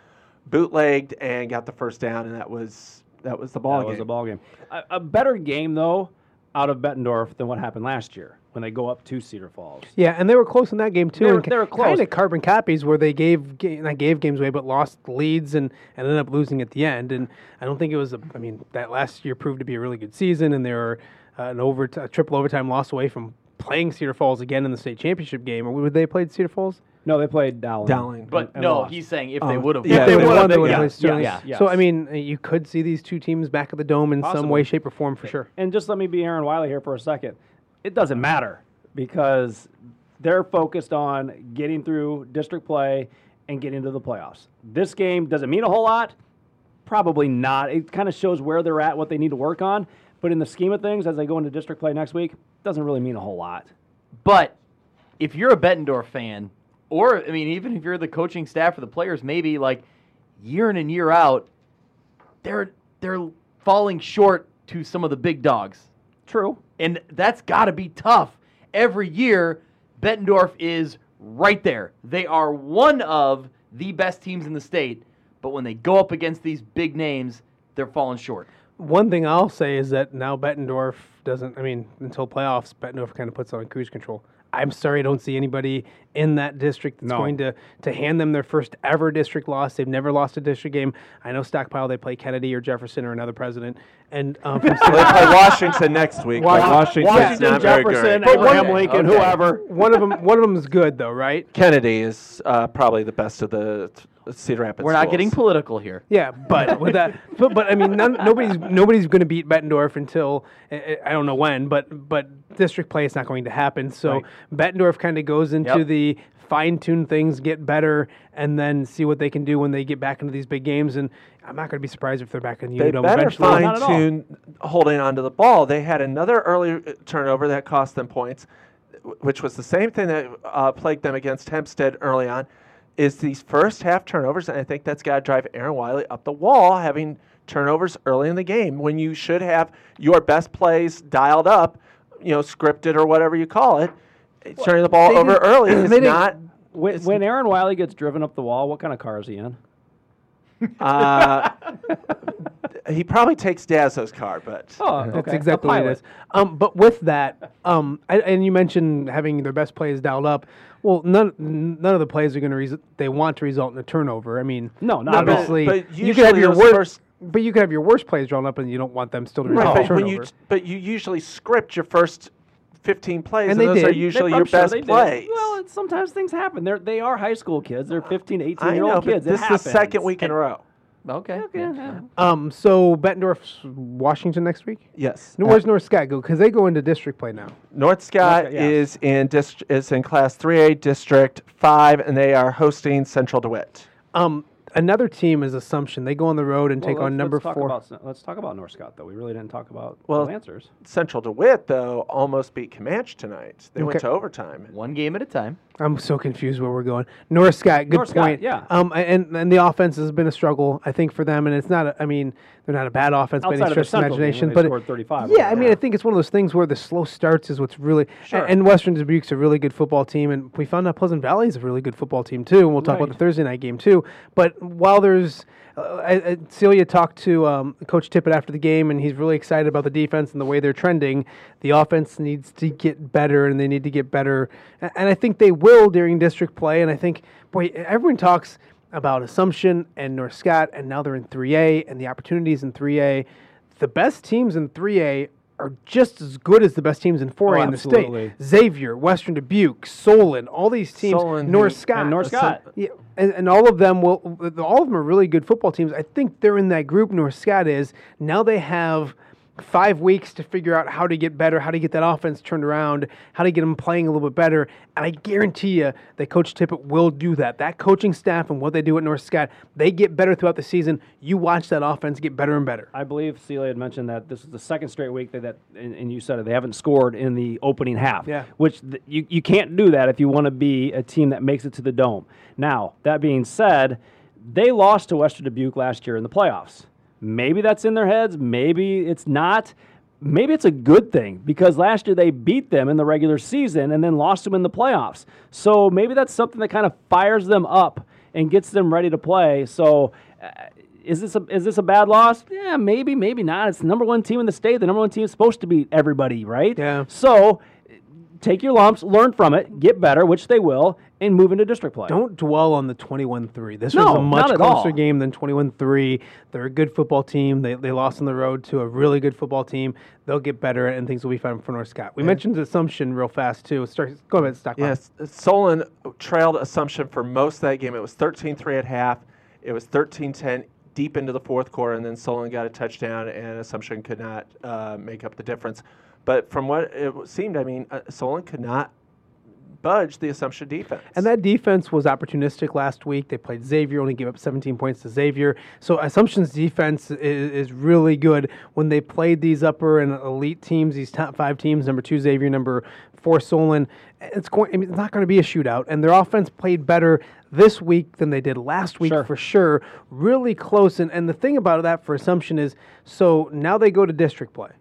[SPEAKER 3] bootlegged and got the first down, and that was that was the ball
[SPEAKER 4] that
[SPEAKER 3] game.
[SPEAKER 4] was a ball game. A, a better game though out of Bettendorf than what happened last year when they go up to Cedar Falls.
[SPEAKER 5] Yeah, and they were close in that game too.
[SPEAKER 4] They were-
[SPEAKER 5] and
[SPEAKER 4] they were close.
[SPEAKER 5] Kind of carbon copies where they gave ga- not gave games away, but lost leads and, and ended up losing at the end. And I don't think it was. A, I mean, that last year proved to be a really good season, and they were uh, an over a triple overtime loss away from playing Cedar Falls again in the state championship game. Or would they played Cedar Falls?
[SPEAKER 4] No, they played Dowling.
[SPEAKER 5] Dowling.
[SPEAKER 2] But
[SPEAKER 4] and
[SPEAKER 2] no,
[SPEAKER 4] lost.
[SPEAKER 2] he's saying if they would have,
[SPEAKER 3] yeah,
[SPEAKER 5] if Oh, they
[SPEAKER 3] they
[SPEAKER 5] would
[SPEAKER 3] would've
[SPEAKER 5] have, they
[SPEAKER 3] been-
[SPEAKER 5] would have
[SPEAKER 3] yeah,
[SPEAKER 5] played Sterling.
[SPEAKER 4] yeah, yeah.
[SPEAKER 5] So I mean, uh, you could see these two teams back at the dome in some way,
[SPEAKER 4] Possibly.
[SPEAKER 5] shape, or form for sure.
[SPEAKER 4] And just let me be Aaron Wiley here for a second. It doesn't matter because they're focused on getting through district play and getting to the playoffs. This game doesn't mean a whole lot. Probably not. It kind of shows where they're at, what they need to work on. But in the scheme of things, as they go into district play next week, doesn't really mean a whole lot.
[SPEAKER 2] But if you're a Bettendorf fan, or I mean, even if you're the coaching staff or the players, maybe like year in and year out, they're they're falling short to some of the big dogs,
[SPEAKER 4] True.
[SPEAKER 2] and that's got to be tough. Every year, Bettendorf is right there. They are one of the best teams in the state, but when they go up against these big names, they're falling short.
[SPEAKER 5] One thing I'll say is that now Bettendorf doesn't. I mean, until playoffs, Bettendorf kind of puts on cruise control. I'm sorry, I don't see anybody in that district that's
[SPEAKER 4] No.
[SPEAKER 5] going to to hand them their first ever district loss. They've never lost a district game. I know Stockpile they play Kennedy or Jefferson or another president, and um, from
[SPEAKER 3] They play Washington next week. but
[SPEAKER 4] Washington,
[SPEAKER 3] Washington's not very good.
[SPEAKER 4] Jefferson,
[SPEAKER 3] But
[SPEAKER 4] Abraham
[SPEAKER 3] one-
[SPEAKER 4] Lincoln,
[SPEAKER 3] okay.
[SPEAKER 4] whoever.
[SPEAKER 5] one of them one of them is good though, right?
[SPEAKER 3] Kennedy is uh, probably the best of the t- Cedar Rapids.
[SPEAKER 2] We're not
[SPEAKER 3] schools.
[SPEAKER 2] getting political here.
[SPEAKER 5] Yeah, but with that, but, but I mean, none, nobody's nobody's going to beat Bettendorf until uh, I don't know when, but but district play is not going to happen. So Bettendorf kind of goes into
[SPEAKER 2] Yep.
[SPEAKER 5] the fine-tune things, get better, and then see what they can do when they get back into these big games. And I'm not going to be surprised if they're back in the
[SPEAKER 3] They
[SPEAKER 5] Unidome
[SPEAKER 3] better
[SPEAKER 5] eventually.
[SPEAKER 4] Not
[SPEAKER 3] fine
[SPEAKER 4] at all.
[SPEAKER 3] tune holding onto the ball. They had another early uh, turnover that cost them points. which was the same thing that uh, plagued them against Hempstead early on, is these first half turnovers, and I think that's got to drive Aaron Wiley up the wall, having turnovers early in the game when you should have your best plays dialed up, you know, scripted or whatever you call it. Turning the ball
[SPEAKER 4] They
[SPEAKER 3] over
[SPEAKER 4] didn't-
[SPEAKER 3] early
[SPEAKER 4] they
[SPEAKER 3] is
[SPEAKER 4] didn't-
[SPEAKER 3] not.
[SPEAKER 4] When, when Aaron Wiley gets driven up the wall, what kind of car is he in?
[SPEAKER 3] Uh, he probably takes Dazzo's car, but
[SPEAKER 4] Oh,
[SPEAKER 5] That's exactly what it is. Um, but with that, um, I, and you mentioned having their best plays dialed up. Well, none n- none of the plays are going to res- they want to result in a turnover. I mean,
[SPEAKER 4] No, not at all.
[SPEAKER 5] obviously.
[SPEAKER 3] But
[SPEAKER 5] you could have
[SPEAKER 3] usually
[SPEAKER 5] your
[SPEAKER 3] those
[SPEAKER 5] worst,
[SPEAKER 3] first-
[SPEAKER 5] but you could have your worst plays drawn up, and you don't want them still to result in a
[SPEAKER 3] Right, but,
[SPEAKER 5] turnover.
[SPEAKER 3] when you, but you usually script your first 15 plays,
[SPEAKER 5] And
[SPEAKER 3] and,
[SPEAKER 5] they
[SPEAKER 3] those
[SPEAKER 5] did.
[SPEAKER 3] are
[SPEAKER 5] They
[SPEAKER 3] usually your best plays.
[SPEAKER 4] Well, it's- sometimes things happen. They're, they are high school kids. They're 15, 18
[SPEAKER 3] I
[SPEAKER 4] year
[SPEAKER 3] know,
[SPEAKER 4] old
[SPEAKER 3] but
[SPEAKER 4] kids. It
[SPEAKER 3] this is the second
[SPEAKER 4] happens.
[SPEAKER 3] week in a row.
[SPEAKER 2] Okay.
[SPEAKER 5] um, so Bettendorf's Washington next week.
[SPEAKER 3] Yes.
[SPEAKER 5] No, Where's North Scott go? Because they go into district play now.
[SPEAKER 3] North Scott
[SPEAKER 4] yeah.
[SPEAKER 3] is in dist- is in Class 3A, District 5, and they are hosting Central DeWitt.
[SPEAKER 5] Um, another team is Assumption. They go on the road and
[SPEAKER 4] Well,
[SPEAKER 5] take
[SPEAKER 4] let's-
[SPEAKER 5] on number
[SPEAKER 4] let's talk
[SPEAKER 5] four.
[SPEAKER 4] about- let's talk about North Scott, though. We really didn't talk about
[SPEAKER 3] Well,
[SPEAKER 4] the Lancers.
[SPEAKER 3] Central DeWitt, though, almost beat Comanche tonight. They went
[SPEAKER 5] Okay.
[SPEAKER 3] to overtime.
[SPEAKER 2] One game at a time.
[SPEAKER 5] I'm so confused where we're going. North Scott, good
[SPEAKER 4] North Scott,
[SPEAKER 5] point.
[SPEAKER 4] yeah.
[SPEAKER 5] Um, a- and and the offense has been a struggle, I think, for them. And it's not. A, I mean, they're not a bad offense by
[SPEAKER 4] Outside
[SPEAKER 5] any
[SPEAKER 4] of the
[SPEAKER 5] stretch of
[SPEAKER 4] Central game,
[SPEAKER 5] imagination.
[SPEAKER 4] they
[SPEAKER 5] but it-
[SPEAKER 4] scored 35
[SPEAKER 5] Yeah,
[SPEAKER 4] or
[SPEAKER 5] I mean, I think it's one of those things where the slow starts is what's really.
[SPEAKER 3] Sure.
[SPEAKER 5] And, and Western Dubuque's a really good football team, and we found out Pleasant Valley is a really good football team too. And we'll talk
[SPEAKER 4] Right.
[SPEAKER 5] about the Thursday night game too. But while there's, uh, I, I, Celia talked to um, Coach Tippett after the game, and he's really excited about the defense and the way they're trending. The offense needs to get better, and they need to get better, A- and I think they will during district play. And I think, boy, everyone talks about Assumption and North Scott, and now they're in 3A, and the opportunities in 3A. The best teams in 3A are just as good as the best teams in 4A
[SPEAKER 3] Oh,
[SPEAKER 5] in the
[SPEAKER 4] absolutely.
[SPEAKER 5] state. Xavier, Western Dubuque, Solon, all these teams,
[SPEAKER 3] Solon,
[SPEAKER 5] North
[SPEAKER 3] who-
[SPEAKER 5] Scott,
[SPEAKER 4] and North Scott.
[SPEAKER 5] yeah, and, and all of them will. All of them are really good football teams. I think they're in that group. North Scott is now. They have five weeks to figure out how to get better, how to get that offense turned around, how to get them playing a little bit better. And I guarantee you that Coach Tippett will do that. That coaching staff and what they do at North Scott, they get better throughout the season. You watch that offense get better and better.
[SPEAKER 4] I believe Celia had mentioned that this is the second straight week that, that and, and you said it, they haven't scored in the opening half.
[SPEAKER 5] Yeah.
[SPEAKER 4] Which th- you, you can't do that if you want to be a team that makes it to the dome. Now, that being said, they lost to Western Dubuque last year in the playoffs. Maybe that's in their heads. Maybe it's not. Maybe it's a good thing because last year they beat them in the regular season and then lost them in the playoffs. So maybe that's something that kind of fires them up and gets them ready to play. So uh, is this a is this a bad loss? Yeah, maybe, maybe not. It's the number one team in the state. The number one team is supposed to beat everybody, right?
[SPEAKER 5] Yeah.
[SPEAKER 4] So take your lumps, learn from it, get better, which they will, and move into district play.
[SPEAKER 5] Don't dwell on the 21-3. This
[SPEAKER 4] No,
[SPEAKER 5] was a
[SPEAKER 4] not
[SPEAKER 5] much
[SPEAKER 4] at
[SPEAKER 5] closer
[SPEAKER 4] all.
[SPEAKER 5] game than 21-3. They're a good football team. They, they lost on the road to a really good football team. They'll get better, and things will be fine for North Scott. We mentioned Assumption real fast, too. Start, go ahead, Stock.
[SPEAKER 3] Yes, Solon trailed Assumption for most of that game. It was 13-3 at half. It was 13-10 deep into the fourth quarter, and then Solon got a touchdown, and Assumption could not uh, make up the difference. But from what it seemed, I mean, uh, Solon could not budge the Assumption defense.
[SPEAKER 5] And that defense was opportunistic last week. They played Xavier, only gave up 17 points to Xavier. So Assumption's defense is, is really good. When they played these upper and elite teams, these top five teams, number two Xavier, number four Solon, it's going. I mean, it's not going to be a shootout. And their offense played better this week than they did last week for sure. Really close. And and the thing about that for Assumption is, so now they go to district play.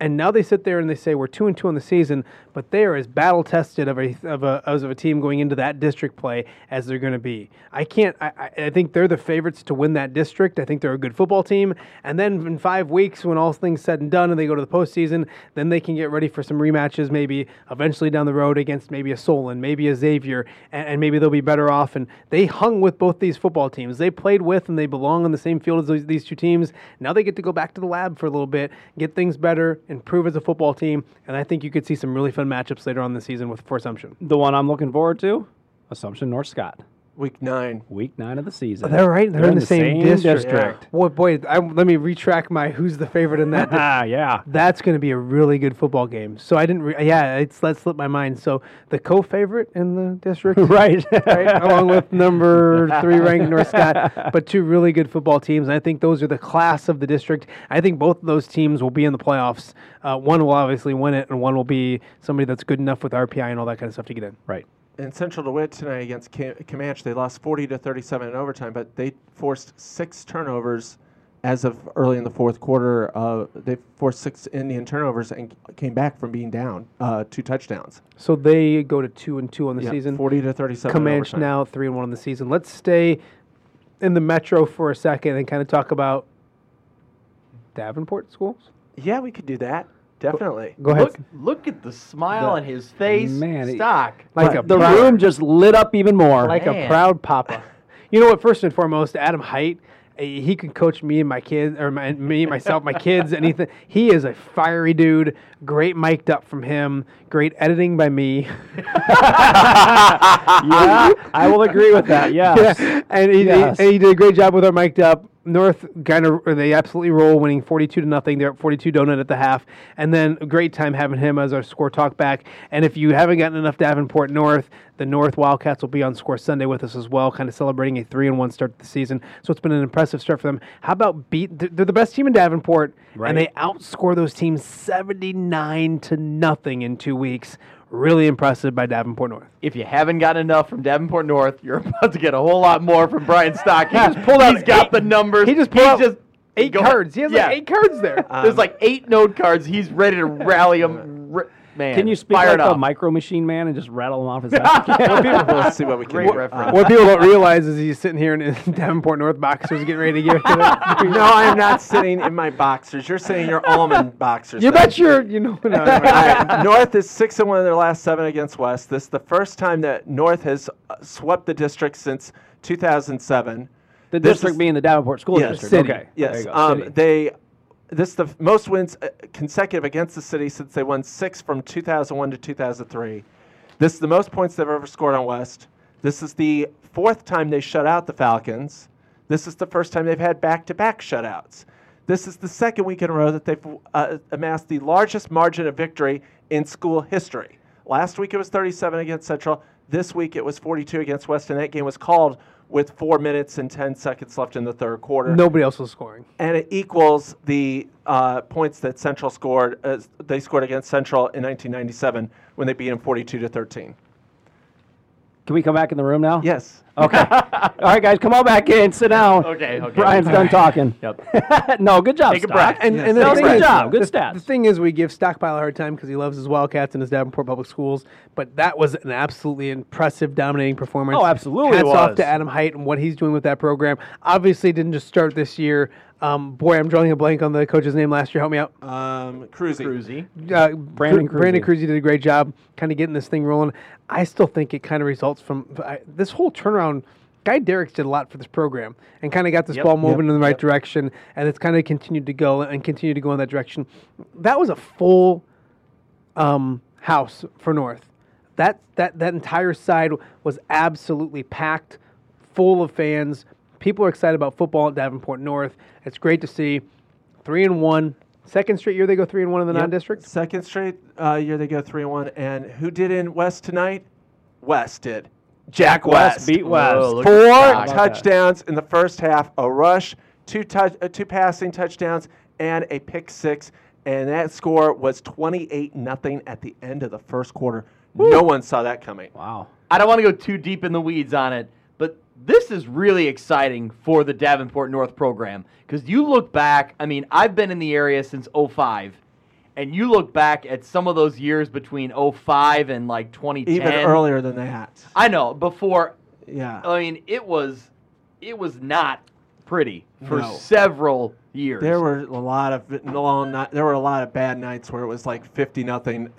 [SPEAKER 5] And now they sit there and they say we're two and two on the season, but they are as battle tested of a of a as of a team going into that district play as they're going to be. I can't. I, I I think they're the favorites to win that district. I think they're a good football team. And then in five weeks, when all things said and done, and they go to the postseason, then they can get ready for some rematches, maybe eventually down the road against maybe a Solon, maybe a Xavier, and, and maybe they'll be better off. And they hung with both these football teams. They played with and they belong on the same field as those, these two teams. Now they get to go back to the lab for a little bit, get things better, improve as a football team. And I think you could see some really fun matchups later on in the season with for Assumption.
[SPEAKER 4] The one I'm looking forward to, Assumption North Scott.
[SPEAKER 3] Week nine.
[SPEAKER 4] Week nine of the season.
[SPEAKER 5] Oh, They're right. They're, in the, same, district.
[SPEAKER 4] district.
[SPEAKER 5] Boy, boy I, let me retract my who's the favorite in that.
[SPEAKER 4] Ah, yeah.
[SPEAKER 5] That's going to be a really good football game. So I didn't. Re- yeah, it's that slipped my mind. So the co-favorite in the district,
[SPEAKER 4] Right.
[SPEAKER 5] right, along with number three ranked North Scott, but two really good football teams. And I think those are the class of the district. I think both of those teams will be in the playoffs. Uh, one will obviously win it, and one will be somebody that's good enough with RPI and all that kind of stuff to get in.
[SPEAKER 4] Right.
[SPEAKER 3] And Central DeWitt tonight against Ca- Comanche, they lost 40 to 37 in overtime, but they forced six turnovers as of early in the fourth quarter. Uh, they forced six Indian turnovers and came back from being down uh, two touchdowns.
[SPEAKER 5] So they go to two and two on the
[SPEAKER 3] Yeah,
[SPEAKER 5] season.
[SPEAKER 3] 40 to 37. in
[SPEAKER 5] Comanche
[SPEAKER 3] overtime.
[SPEAKER 5] now three and one in the season. Let's stay in the metro for a second and kind of talk about Davenport schools.
[SPEAKER 3] Yeah, we could do that. Definitely.
[SPEAKER 5] Go ahead.
[SPEAKER 2] Look, look at the smile on his face.
[SPEAKER 4] Man, it-
[SPEAKER 2] Stock.
[SPEAKER 5] like a
[SPEAKER 4] The
[SPEAKER 5] proud,
[SPEAKER 4] room just lit up even more.
[SPEAKER 5] like a
[SPEAKER 2] Man.
[SPEAKER 5] proud papa. You know what? First and foremost, Adam Height. eh, He can coach me and my kids, or my, me, myself, my kids, anything. He is a fiery dude. Great mic'd up from him. Great editing by me.
[SPEAKER 4] yeah, I will agree with that. Yes.
[SPEAKER 5] Yeah, and he, he-
[SPEAKER 4] Yes.
[SPEAKER 5] and he did a great job with our mic'd up. North kind of they absolutely roll, winning forty-two to nothing. They're up forty-two donut at the half, and then a great time having him as our score talk back. And if you haven't gotten enough Davenport North, the North Wildcats will be on Score Sunday with us as well, kind of celebrating a three and one start to the season. So it's been an impressive start for them. How about beat? They're they're the best team in Davenport,
[SPEAKER 4] Right.
[SPEAKER 5] and they outscore those teams seventy-nine to nothing in two weeks. Really impressive by Davenport North.
[SPEAKER 2] If you haven't got enough from Davenport North, you're about to get a whole lot more from Brian Stock. He just pulled out. He's got the numbers.
[SPEAKER 5] He just pulled out eight
[SPEAKER 2] Go ahead.
[SPEAKER 5] cards. He has
[SPEAKER 2] Yeah. Uh,
[SPEAKER 5] like eight cards there.
[SPEAKER 2] There's like eight node cards. He's ready to rally them. Man,
[SPEAKER 4] Can you speak
[SPEAKER 2] fired
[SPEAKER 4] like
[SPEAKER 2] up.
[SPEAKER 4] a micro machine man and just rattle them off his head?
[SPEAKER 3] Let's see what we can
[SPEAKER 2] Great
[SPEAKER 3] do. Uh,
[SPEAKER 2] reference.
[SPEAKER 5] what people don't realize is he's sitting here in his Davenport North boxers getting ready to give it to them.
[SPEAKER 3] No, I am not sitting in my boxers. You're sitting in your almond boxers.
[SPEAKER 5] you
[SPEAKER 3] there.
[SPEAKER 5] bet your, you know, no, no,
[SPEAKER 3] All
[SPEAKER 5] no.
[SPEAKER 3] right, North is six and one in their last seven against West. This is the first time that North has uh, swept the district since 2007.
[SPEAKER 4] the
[SPEAKER 3] This
[SPEAKER 4] district
[SPEAKER 3] is-
[SPEAKER 4] being the Davenport School
[SPEAKER 3] Yes.
[SPEAKER 4] District.
[SPEAKER 5] City.
[SPEAKER 4] Okay. There
[SPEAKER 3] Yes,
[SPEAKER 4] you go,
[SPEAKER 3] um,
[SPEAKER 4] city.
[SPEAKER 3] they. This is the f- most wins uh, consecutive against the city since they won six from 2001 to 2003. This is the most points they've ever scored on West. This is the fourth time they shut out the Falcons. This is the first time they've had back-to-back shutouts. This is the second week in a row that they've uh, amassed the largest margin of victory in school history. Last week it was 37 against Central. This week it was 42 against West, and that game was called with four minutes and 10 seconds left in the third quarter
[SPEAKER 5] nobody else was scoring.
[SPEAKER 3] and it equals the uh, points that Central scored as they scored against Central in 1997 when they beat them 42 to 13.
[SPEAKER 4] Can we come back in the room now?
[SPEAKER 3] Yes.
[SPEAKER 4] Okay. All right, guys, come on back in. Sit down.
[SPEAKER 2] Okay, okay.
[SPEAKER 4] Brian's done talking. Yep. no, good job.
[SPEAKER 2] Take a
[SPEAKER 4] Stock.
[SPEAKER 2] breath.
[SPEAKER 5] And, and
[SPEAKER 4] That
[SPEAKER 5] the
[SPEAKER 4] was
[SPEAKER 5] thing
[SPEAKER 4] good
[SPEAKER 5] is,
[SPEAKER 4] job. Good
[SPEAKER 5] the,
[SPEAKER 4] stats.
[SPEAKER 5] The thing is, we give Stockpile a hard time because he loves his Wildcats and his Davenport Public Schools, but that was an absolutely impressive, dominating performance.
[SPEAKER 4] Oh, absolutely
[SPEAKER 5] Hats
[SPEAKER 4] it
[SPEAKER 5] off
[SPEAKER 4] was.
[SPEAKER 5] to Adam Height and what he's doing with that program. Obviously, didn't just start this year. Um, boy, I'm drawing a blank on the coach's name last year. Help me out.
[SPEAKER 3] Um, Cruzy.
[SPEAKER 2] Cruzy.
[SPEAKER 5] uh, Brandon
[SPEAKER 4] Brandon
[SPEAKER 5] Cru- Brandon
[SPEAKER 4] Cruzy.
[SPEAKER 5] Cruzy did a great job, kind of getting this thing rolling. I still think it kind of results from I, this whole turnaround. Guy Derricks did a lot for this program and kind of got this ball moving in the right direction, and it's kind of continued to go and continued to go in that direction. That was a full um, house for North. That that that entire side was absolutely packed, full of fans. People are excited about football at Davenport North. It's great to see. Three and one, second straight year they go three and one in the non-district.
[SPEAKER 3] Second straight uh, year they go 3 1. And who did in West tonight? West did. Jack West.
[SPEAKER 4] West beat West.
[SPEAKER 2] Whoa, look
[SPEAKER 3] Four
[SPEAKER 2] at that.
[SPEAKER 3] touchdowns in the first half, a rush, two touch, uh, two passing touchdowns, and a pick six. And that score was 28 nothing at the end of the first quarter. No one saw that coming.
[SPEAKER 4] Wow.
[SPEAKER 2] I don't want to go too deep in the weeds on it, but this is really exciting for the Davenport North program because you look back. I mean, I've been in the area since 05, and you look back at some of those years between 05 and like 2010.
[SPEAKER 3] Even earlier than that.
[SPEAKER 2] I know before.
[SPEAKER 3] Yeah.
[SPEAKER 2] I mean, it was, it was not pretty for
[SPEAKER 3] No.
[SPEAKER 2] several years.
[SPEAKER 3] There were a lot of long night. There were a lot of bad nights where it was like fifty nothing,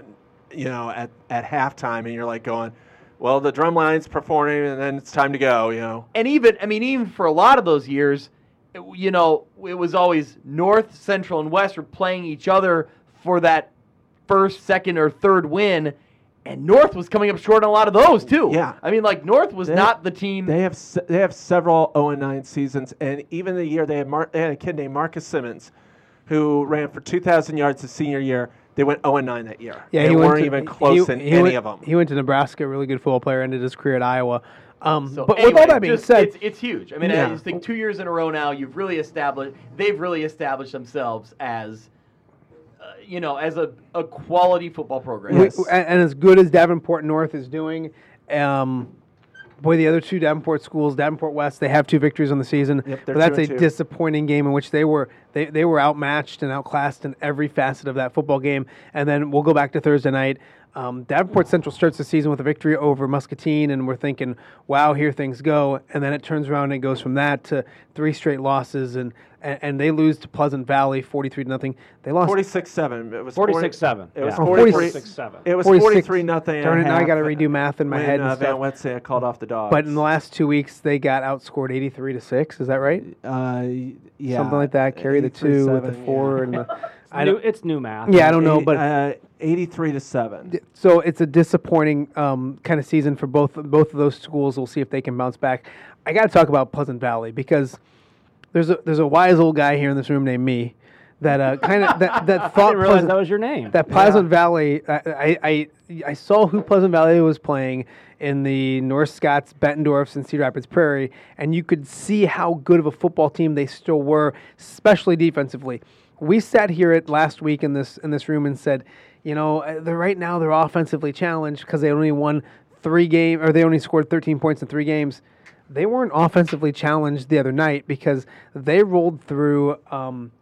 [SPEAKER 3] you know, at at halftime, and you're like going, "Well, the drum line's performing, and then it's time to go," you know.
[SPEAKER 2] and even I mean, even for a lot of those years, it- you know, it was always North, Central, and West were playing each other for that first, second, or third win, And North was coming up short on a lot of those too.
[SPEAKER 3] Yeah.
[SPEAKER 2] I mean, like North was
[SPEAKER 3] They-
[SPEAKER 2] not the team.
[SPEAKER 3] They have se- they have several 0 and 9 seasons, and even the year they had Mar- they had a kid named Marcus Simmons, who ran for 2,000 yards his senior year. They went 0 and 9 that year. they
[SPEAKER 5] went
[SPEAKER 3] weren't
[SPEAKER 5] to-
[SPEAKER 3] even
[SPEAKER 5] he-
[SPEAKER 3] close
[SPEAKER 5] he-
[SPEAKER 3] in
[SPEAKER 5] he
[SPEAKER 3] any
[SPEAKER 5] went-
[SPEAKER 3] of them.
[SPEAKER 5] He went to Nebraska, really good football player, ended his career at Iowa. Um,
[SPEAKER 2] So
[SPEAKER 5] but with
[SPEAKER 2] anyway,
[SPEAKER 5] all that being
[SPEAKER 2] just-
[SPEAKER 5] said,
[SPEAKER 2] it's, it's huge. I mean,
[SPEAKER 3] Yeah.
[SPEAKER 2] I just think two years in a row now, you've really established. They've really established themselves as, uh, you know, as a, a quality football program.
[SPEAKER 3] Yes.
[SPEAKER 5] We- and, and as good as Davenport North is doing, um, boy, the other two Davenport schools, Davenport West, they have two victories on the season.
[SPEAKER 3] Yep, they're
[SPEAKER 5] but that's
[SPEAKER 3] two
[SPEAKER 5] a
[SPEAKER 3] and two.
[SPEAKER 5] disappointing game in which they were they, they were outmatched and outclassed in every facet of that football game. And then we'll go back to Thursday night. Um, Davenport Central starts the season with a victory over Muscatine, and we're thinking, "Wow, here things go." And then it turns around and goes from that to three straight losses, and and, and they lose to Pleasant Valley, forty-three to nothing. They lost
[SPEAKER 3] 46-7. It was
[SPEAKER 4] 46-7,
[SPEAKER 3] It was
[SPEAKER 4] yeah. Oh,
[SPEAKER 3] 43
[SPEAKER 4] 46-7.
[SPEAKER 3] It was
[SPEAKER 5] 46.
[SPEAKER 3] 43 nothing.
[SPEAKER 5] Darn it, now I gotta
[SPEAKER 3] to
[SPEAKER 5] redo math in my head and
[SPEAKER 3] uh, Van
[SPEAKER 5] stuff.
[SPEAKER 3] Wetzel called off the dogs.
[SPEAKER 5] But in the last two weeks, they got outscored eighty-three to six. Is that right?
[SPEAKER 3] uh, yeah,
[SPEAKER 5] Something like that. Carry the
[SPEAKER 3] 83,
[SPEAKER 5] two with the
[SPEAKER 3] seven, yeah.
[SPEAKER 5] four and the. I
[SPEAKER 4] new,
[SPEAKER 5] don't,
[SPEAKER 4] it's new math.
[SPEAKER 5] yeah, I don't know,
[SPEAKER 3] Eight-
[SPEAKER 5] but
[SPEAKER 3] uh, 83 to 7.
[SPEAKER 5] so it's a disappointing um, kind of season for both both of those schools. We'll see if they can bounce back. I got to talk about Pleasant Valley because there's a there's a wise old guy here in this room named me that uh, kind of that that
[SPEAKER 4] I
[SPEAKER 5] thought
[SPEAKER 4] didn't realize
[SPEAKER 5] Pleasant-
[SPEAKER 4] that was your name.
[SPEAKER 5] That Pleasant Valley, I, I, I, I saw who Pleasant Valley was playing in the North Scots, Bettendorfs, and Cedar Rapids Prairie, and you could see how good of a football team they still were, especially defensively. We sat here at last week in this in this room and said, you know, uh, they're right now they're offensively challenged because they only won three game or they only scored 13 points in three games. They weren't offensively challenged the other night because they rolled through. Um,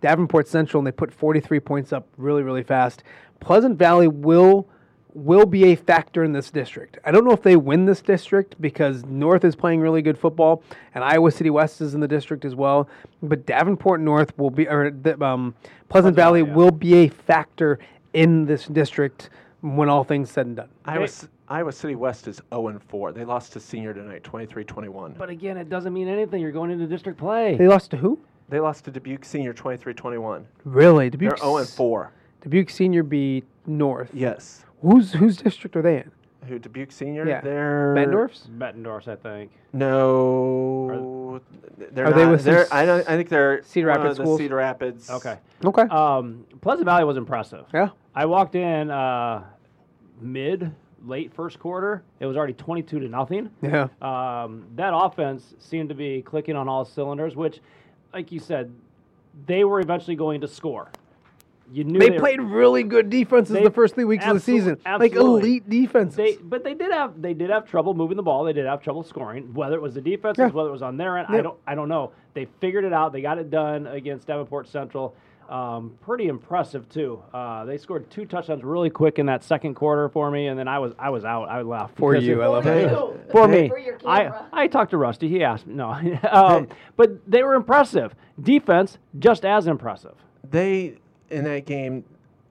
[SPEAKER 5] Davenport Central, and they put 43 points up really, really fast. Pleasant Valley will will be a factor in this district. I don't know if they win this district because North is playing really good football, and Iowa City West is in the district as well. But Davenport North will be, or the, um, Pleasant, Valley will be a factor in this district when all things said and done.
[SPEAKER 3] Iowa, C- Iowa City West is 0 and 4. They lost to senior tonight, 23 21.
[SPEAKER 4] But again, it doesn't mean anything. You're going into district play.
[SPEAKER 5] They lost to who?
[SPEAKER 3] They lost to Dubuque senior 23 21.
[SPEAKER 5] Really,
[SPEAKER 3] They're
[SPEAKER 5] Dubuque.
[SPEAKER 3] 0 and 4.
[SPEAKER 5] Dubuque Senior beat North.
[SPEAKER 3] Yes.
[SPEAKER 5] Who's whose district are they in?
[SPEAKER 3] Who, Dubuque senior?
[SPEAKER 5] Yeah.
[SPEAKER 3] They're.
[SPEAKER 5] Bendorf's.
[SPEAKER 4] Bettendorf's, I think.
[SPEAKER 3] No. They're
[SPEAKER 5] Are
[SPEAKER 3] not.
[SPEAKER 5] they with some
[SPEAKER 3] they're, I, don't, I think they're
[SPEAKER 5] Cedar
[SPEAKER 3] one
[SPEAKER 5] Rapids
[SPEAKER 3] of the
[SPEAKER 5] schools?
[SPEAKER 3] Cedar Rapids.
[SPEAKER 4] Okay.
[SPEAKER 5] Okay.
[SPEAKER 4] Um, Pleasant Valley was impressive.
[SPEAKER 5] yeah.
[SPEAKER 4] I walked in uh, mid, late first quarter. It was already 22 to nothing.
[SPEAKER 5] Yeah.
[SPEAKER 4] Um, that offense seemed to be clicking on all cylinders, which, like you said, they were eventually going to score. You knew
[SPEAKER 5] They
[SPEAKER 4] were-
[SPEAKER 5] played really good defenses
[SPEAKER 4] They-
[SPEAKER 5] the first three weeks of the
[SPEAKER 4] absolu-
[SPEAKER 5] season,
[SPEAKER 4] absolutely.
[SPEAKER 5] like elite defenses.
[SPEAKER 4] They, but they did have they did have trouble moving the ball. They did have trouble scoring. Whether it was the defense,
[SPEAKER 5] Yeah.
[SPEAKER 4] whether it was on their end,
[SPEAKER 5] Yeah.
[SPEAKER 4] I don't I don't know. They figured it out. They got it done against Davenport Central. Um, pretty impressive too. Uh, they scored two touchdowns really quick in that second quarter for me, and then I was I was out. I left
[SPEAKER 5] For
[SPEAKER 4] Because
[SPEAKER 5] you,
[SPEAKER 4] it-
[SPEAKER 5] I love
[SPEAKER 6] that.
[SPEAKER 4] For me,
[SPEAKER 6] For your
[SPEAKER 4] I
[SPEAKER 6] camera.
[SPEAKER 4] I talked to Rusty. He asked me no, um, but they were impressive. Defense just as impressive.
[SPEAKER 3] They, in that game,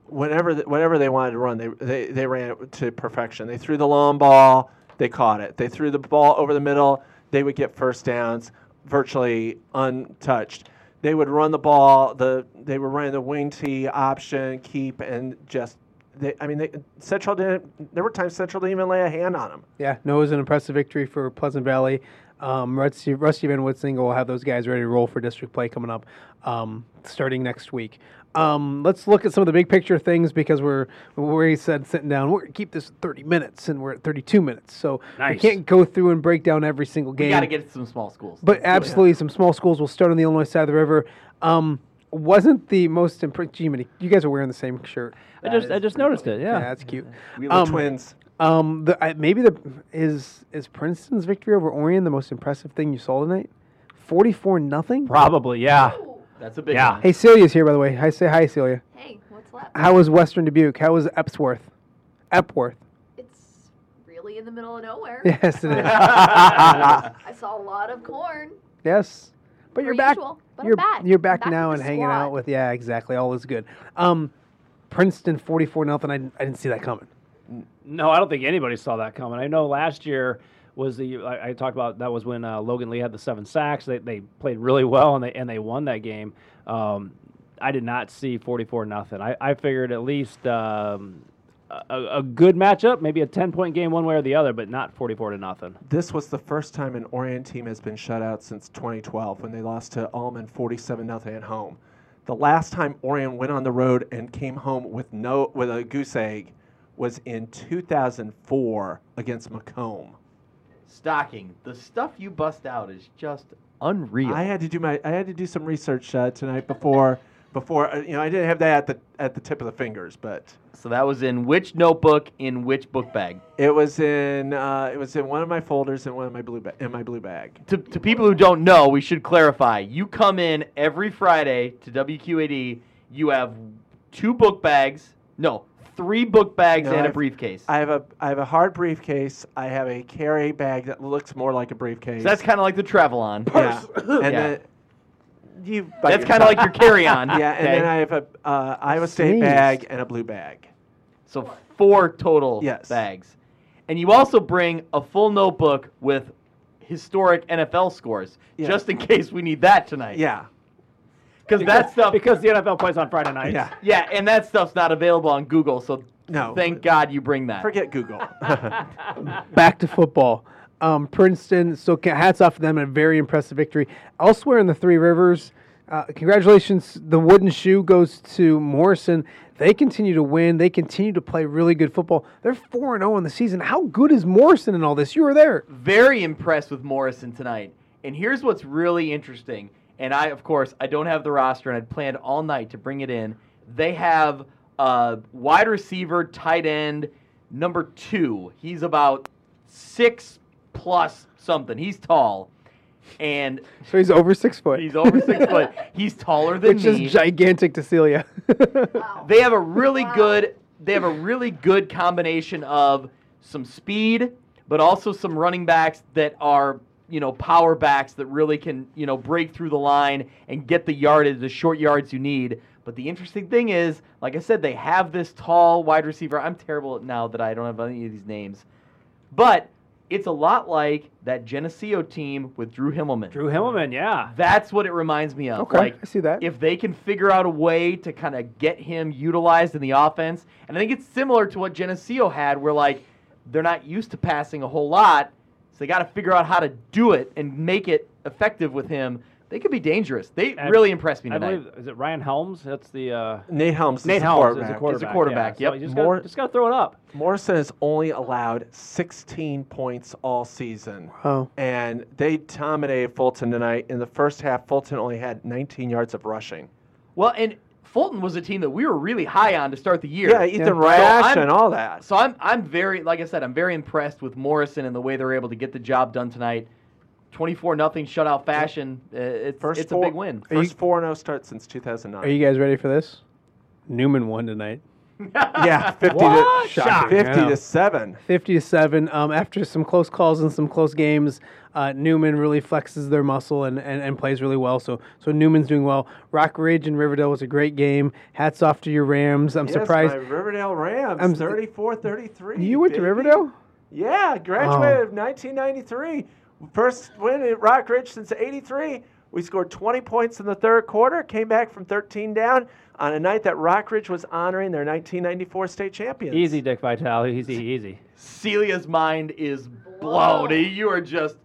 [SPEAKER 3] whenever th- whatever they wanted to run, they, they, they ran it to perfection. They threw the long ball, they caught it. They threw the ball over the middle, they would get first downs virtually untouched. They would run the ball, the they were running the wing tee option, keep, and just. They, I mean, they, Central didn't. There were times Central didn't even lay a hand on them.
[SPEAKER 5] yeah, no, it was an impressive victory for Pleasant Valley. Um, Rusty, Rusty Van Witzinga will have those guys ready to roll for district play coming up, um, starting next week. Um, let's look at some of the big picture things because we're we said sitting down. We're gonna keep this 30 minutes, and we're at 32 minutes, so we
[SPEAKER 4] Nice.
[SPEAKER 5] can't go through and break down every single game.
[SPEAKER 2] You got to get some small schools.
[SPEAKER 5] But absolutely, some small schools will start on the Illinois side of the river. Um, wasn't the most impressive. You guys are wearing the same shirt.
[SPEAKER 4] I just I just noticed it.
[SPEAKER 5] Yeah,
[SPEAKER 4] Yeah.
[SPEAKER 5] that's cute.
[SPEAKER 3] We were
[SPEAKER 5] Um,
[SPEAKER 3] twins.
[SPEAKER 5] Um, the, I, maybe the is is Princeton's victory over Orion the most impressive thing you saw tonight? Forty-four nothing.
[SPEAKER 4] Probably yeah.
[SPEAKER 2] That's a big
[SPEAKER 4] Yeah.
[SPEAKER 2] one.
[SPEAKER 5] Hey, Celia's here by the way. Hi, say hi, Celia.
[SPEAKER 6] Hey, what's left?
[SPEAKER 5] How was Western Dubuque? How was Epsworth? Epworth.
[SPEAKER 6] It's really in the middle of nowhere.
[SPEAKER 5] Yes, it is.
[SPEAKER 6] I saw a lot of corn.
[SPEAKER 5] Yes. But
[SPEAKER 6] Per
[SPEAKER 5] you're back.
[SPEAKER 6] usual, but I'm
[SPEAKER 5] you're
[SPEAKER 6] back.
[SPEAKER 5] you're
[SPEAKER 6] I'm
[SPEAKER 5] back,
[SPEAKER 6] back
[SPEAKER 5] now
[SPEAKER 6] with
[SPEAKER 5] and
[SPEAKER 6] the
[SPEAKER 5] hanging
[SPEAKER 6] squad.
[SPEAKER 5] out with yeah, exactly. All is good. Um, Princeton 44 nothing. I didn't, I didn't see that coming.
[SPEAKER 4] No, I don't think anybody saw that coming. I know last year was the I, I talked about that was when uh, Logan Lee had the seven sacks. They, they played really well and they and they won that game. Um, I did not see forty four nothing. I, I figured at least um, a, a good matchup, maybe a ten point game one way or the other, but not forty four to nothing.
[SPEAKER 3] This was the first time an Orient team has been shut out since 2012 when they lost to Allman 47 0 at home. The last time Orient went on the road and came home with no with a goose egg was in 2004 against Macomb.
[SPEAKER 2] Stocking. The stuff you bust out is just unreal.
[SPEAKER 3] I had to do my I had to do some research uh, tonight before before uh, you know I didn't have that at the at the tip of the fingers, but
[SPEAKER 2] so that was in which notebook in which book bag?
[SPEAKER 3] it was in uh, it was in one of my folders and one of my blue ba- in my blue bag.
[SPEAKER 2] to, to people who don't know, we should clarify. You come in every Friday to WQAD. You have two book bags. No, three book bags
[SPEAKER 3] No,
[SPEAKER 2] and a
[SPEAKER 3] I've-
[SPEAKER 2] briefcase.
[SPEAKER 3] I have a I have a hard briefcase. I have a carry bag that looks more like a briefcase.
[SPEAKER 2] so that's kind of like the travel on.
[SPEAKER 3] yeah. and
[SPEAKER 2] Yeah.
[SPEAKER 3] then you. bite
[SPEAKER 2] That's
[SPEAKER 3] your
[SPEAKER 2] kind of
[SPEAKER 3] tongue.
[SPEAKER 2] like your carry on.
[SPEAKER 3] yeah. And then I have a uh, Iowa State
[SPEAKER 5] Sneeze.
[SPEAKER 3] bag and a blue bag.
[SPEAKER 2] so four total
[SPEAKER 3] Yes.
[SPEAKER 2] bags. And you also bring a full notebook with historic NFL scores,
[SPEAKER 3] Yeah.
[SPEAKER 2] just in case we need that tonight.
[SPEAKER 3] Yeah.
[SPEAKER 2] Because that stuff.
[SPEAKER 4] because the NFL plays on Friday nights.
[SPEAKER 3] Yeah.
[SPEAKER 2] yeah, and that stuff's not available on Google, so
[SPEAKER 3] No.
[SPEAKER 2] thank God you bring that.
[SPEAKER 3] Forget Google.
[SPEAKER 5] back to football. Um, Princeton, so ca- hats off to them, a very impressive victory. Elsewhere in the Three Rivers, uh, congratulations. The wooden shoe goes to Morrison. They continue to win. They continue to play really good football. They're four and zero in the season. How good is Morrison in all this? You were there.
[SPEAKER 2] very impressed with Morrison tonight. And here's what's really interesting. And I, of course, I don't have the roster, and I'd planned all night to bring it in. They have a wide receiver, tight end, number two. He's about six plus something. He's tall, and
[SPEAKER 5] So he's over six foot,
[SPEAKER 2] he's over six foot. He's taller than
[SPEAKER 5] which
[SPEAKER 2] me.
[SPEAKER 5] is gigantic to Celia.
[SPEAKER 6] Wow.
[SPEAKER 2] They have a really
[SPEAKER 6] Wow.
[SPEAKER 2] good. They have a really good combination of some speed, but also some running backs that are you know power backs that really can you know break through the line and get the yardage, the short yards you need. But the interesting thing is, like I said, they have this tall wide receiver. I'm terrible at now that I don't have any of these names, but it's a lot like that Geneseo team with Drew Himmelman.
[SPEAKER 4] Drew Himmelman, yeah.
[SPEAKER 2] That's what it reminds me of.
[SPEAKER 5] Okay,
[SPEAKER 2] like,
[SPEAKER 5] I see that.
[SPEAKER 2] If they can figure out a way to kind of get him utilized in the offense, and I think it's similar to what Geneseo had, where like they're not used to passing a whole lot, so they got to figure out how to do it and make it effective with him. They could be dangerous. They
[SPEAKER 4] And
[SPEAKER 2] really impressed me
[SPEAKER 4] I
[SPEAKER 2] tonight.
[SPEAKER 4] believe is it Ryan Helms? That's the uh,
[SPEAKER 3] Nate Helms. is
[SPEAKER 4] Nate
[SPEAKER 3] the
[SPEAKER 4] Helms
[SPEAKER 3] quarterback.
[SPEAKER 4] is a quarterback.
[SPEAKER 2] He's a quarterback,
[SPEAKER 4] Yeah. So
[SPEAKER 2] yep.
[SPEAKER 4] you just
[SPEAKER 3] More-
[SPEAKER 4] got just got to throw it up.
[SPEAKER 3] Morrison has only allowed 16 points all season.
[SPEAKER 5] Wow.
[SPEAKER 3] And they dominated Fulton tonight. In the first half, Fulton only had 19 yards of rushing.
[SPEAKER 2] Well, and Fulton was a team that we were really high on to start the year.
[SPEAKER 3] Yeah, Ethan
[SPEAKER 5] Yeah.
[SPEAKER 3] Rash
[SPEAKER 2] So I'm-
[SPEAKER 3] and all that.
[SPEAKER 2] So I'm I'm very like I said I'm very impressed with Morrison and the way they're able to get the job done tonight. 24 nothing shutout fashion. Uh, it's
[SPEAKER 3] first
[SPEAKER 2] it's
[SPEAKER 3] four,
[SPEAKER 2] a big win.
[SPEAKER 3] First 4 0 start since 2009.
[SPEAKER 5] Are you guys ready for this? Newman won tonight.
[SPEAKER 3] yeah, 50,
[SPEAKER 4] What?
[SPEAKER 3] to,
[SPEAKER 4] Shocking,
[SPEAKER 3] 50
[SPEAKER 5] yeah.
[SPEAKER 3] to 7.
[SPEAKER 5] 50 to 7 um, after some close calls and some close games uh, newman really flexes their muscle and, and, and plays really well so so newman's doing well rock ridge and riverdale was a great game hats off to your rams i'm
[SPEAKER 3] Yes,
[SPEAKER 5] surprised
[SPEAKER 3] my Riverdale Rams,
[SPEAKER 5] I'm-
[SPEAKER 3] 34 33.
[SPEAKER 5] you went to riverdale Oh.
[SPEAKER 3] Yeah, graduated of 1993. First win at Rock Ridge since 83. We scored 20 points in the third quarter, came back from 13 down on a night that Rock Ridge was honoring their 1994 state champions.
[SPEAKER 4] Easy, Dick Vitale. Easy, easy.
[SPEAKER 2] Celia's mind is blown. You are just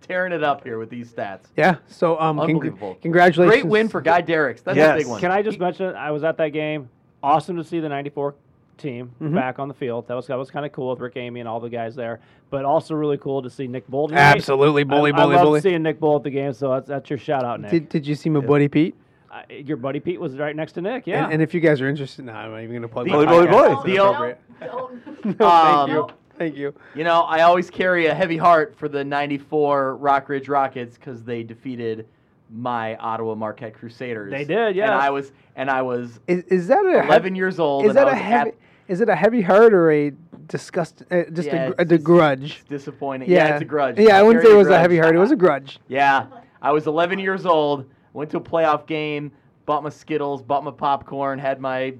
[SPEAKER 2] tearing it up here with these stats.
[SPEAKER 5] yeah so um congr-
[SPEAKER 2] Unbelievable.
[SPEAKER 5] congratulations
[SPEAKER 2] Great win for Guy Derricks. That's
[SPEAKER 3] Yes.
[SPEAKER 2] a big one.
[SPEAKER 4] Can I just mention? I was at that game. Awesome to see the '94 team
[SPEAKER 5] Mm-hmm.
[SPEAKER 4] back on the field. That was that was kind of cool with Rick Amy and all the guys there. But also really cool to see Nick Bull. tonight.
[SPEAKER 5] Absolutely, bully,
[SPEAKER 4] I,
[SPEAKER 5] bully,
[SPEAKER 4] I love
[SPEAKER 5] bully.
[SPEAKER 4] seeing Nick Bull at the game. So that's, that's your shout out, Nick.
[SPEAKER 5] did, did you see my buddy pete
[SPEAKER 4] I- your buddy Pete was right next to Nick. Yeah.
[SPEAKER 5] and, and if you guys are interested no i'm not even gonna plug
[SPEAKER 2] The-
[SPEAKER 5] my
[SPEAKER 2] Bully, bully,
[SPEAKER 5] podcast.
[SPEAKER 3] bully.
[SPEAKER 5] It's
[SPEAKER 2] The-
[SPEAKER 5] inappropriate.
[SPEAKER 6] Oh,
[SPEAKER 5] Oh,
[SPEAKER 6] Don't.
[SPEAKER 2] Um,
[SPEAKER 5] thank you thank you
[SPEAKER 2] You know, I always carry a heavy heart for the 94 Rock Ridge Rockets because they defeated my Ottawa Marquette Crusaders.
[SPEAKER 4] They did,
[SPEAKER 2] And
[SPEAKER 4] yes.
[SPEAKER 2] I was, and I was
[SPEAKER 5] is, is that a
[SPEAKER 2] 11 years old.
[SPEAKER 5] is
[SPEAKER 2] and
[SPEAKER 5] that
[SPEAKER 2] I
[SPEAKER 5] a
[SPEAKER 2] was at-
[SPEAKER 5] heavy is it a heavy heart or a disgust uh, just
[SPEAKER 2] Yeah,
[SPEAKER 5] a, gr-
[SPEAKER 2] it's-
[SPEAKER 5] a
[SPEAKER 2] it's-
[SPEAKER 5] grudge
[SPEAKER 2] It's disappointing. Yeah.
[SPEAKER 5] yeah.
[SPEAKER 2] it's a grudge.
[SPEAKER 5] Yeah, I wouldn't say
[SPEAKER 2] carry
[SPEAKER 5] it was a
[SPEAKER 2] grudge.
[SPEAKER 5] heavy heart. It was a grudge.
[SPEAKER 2] Yeah, I was 11 years old. Went to a playoff game. Bought my Skittles. Bought my popcorn. Had my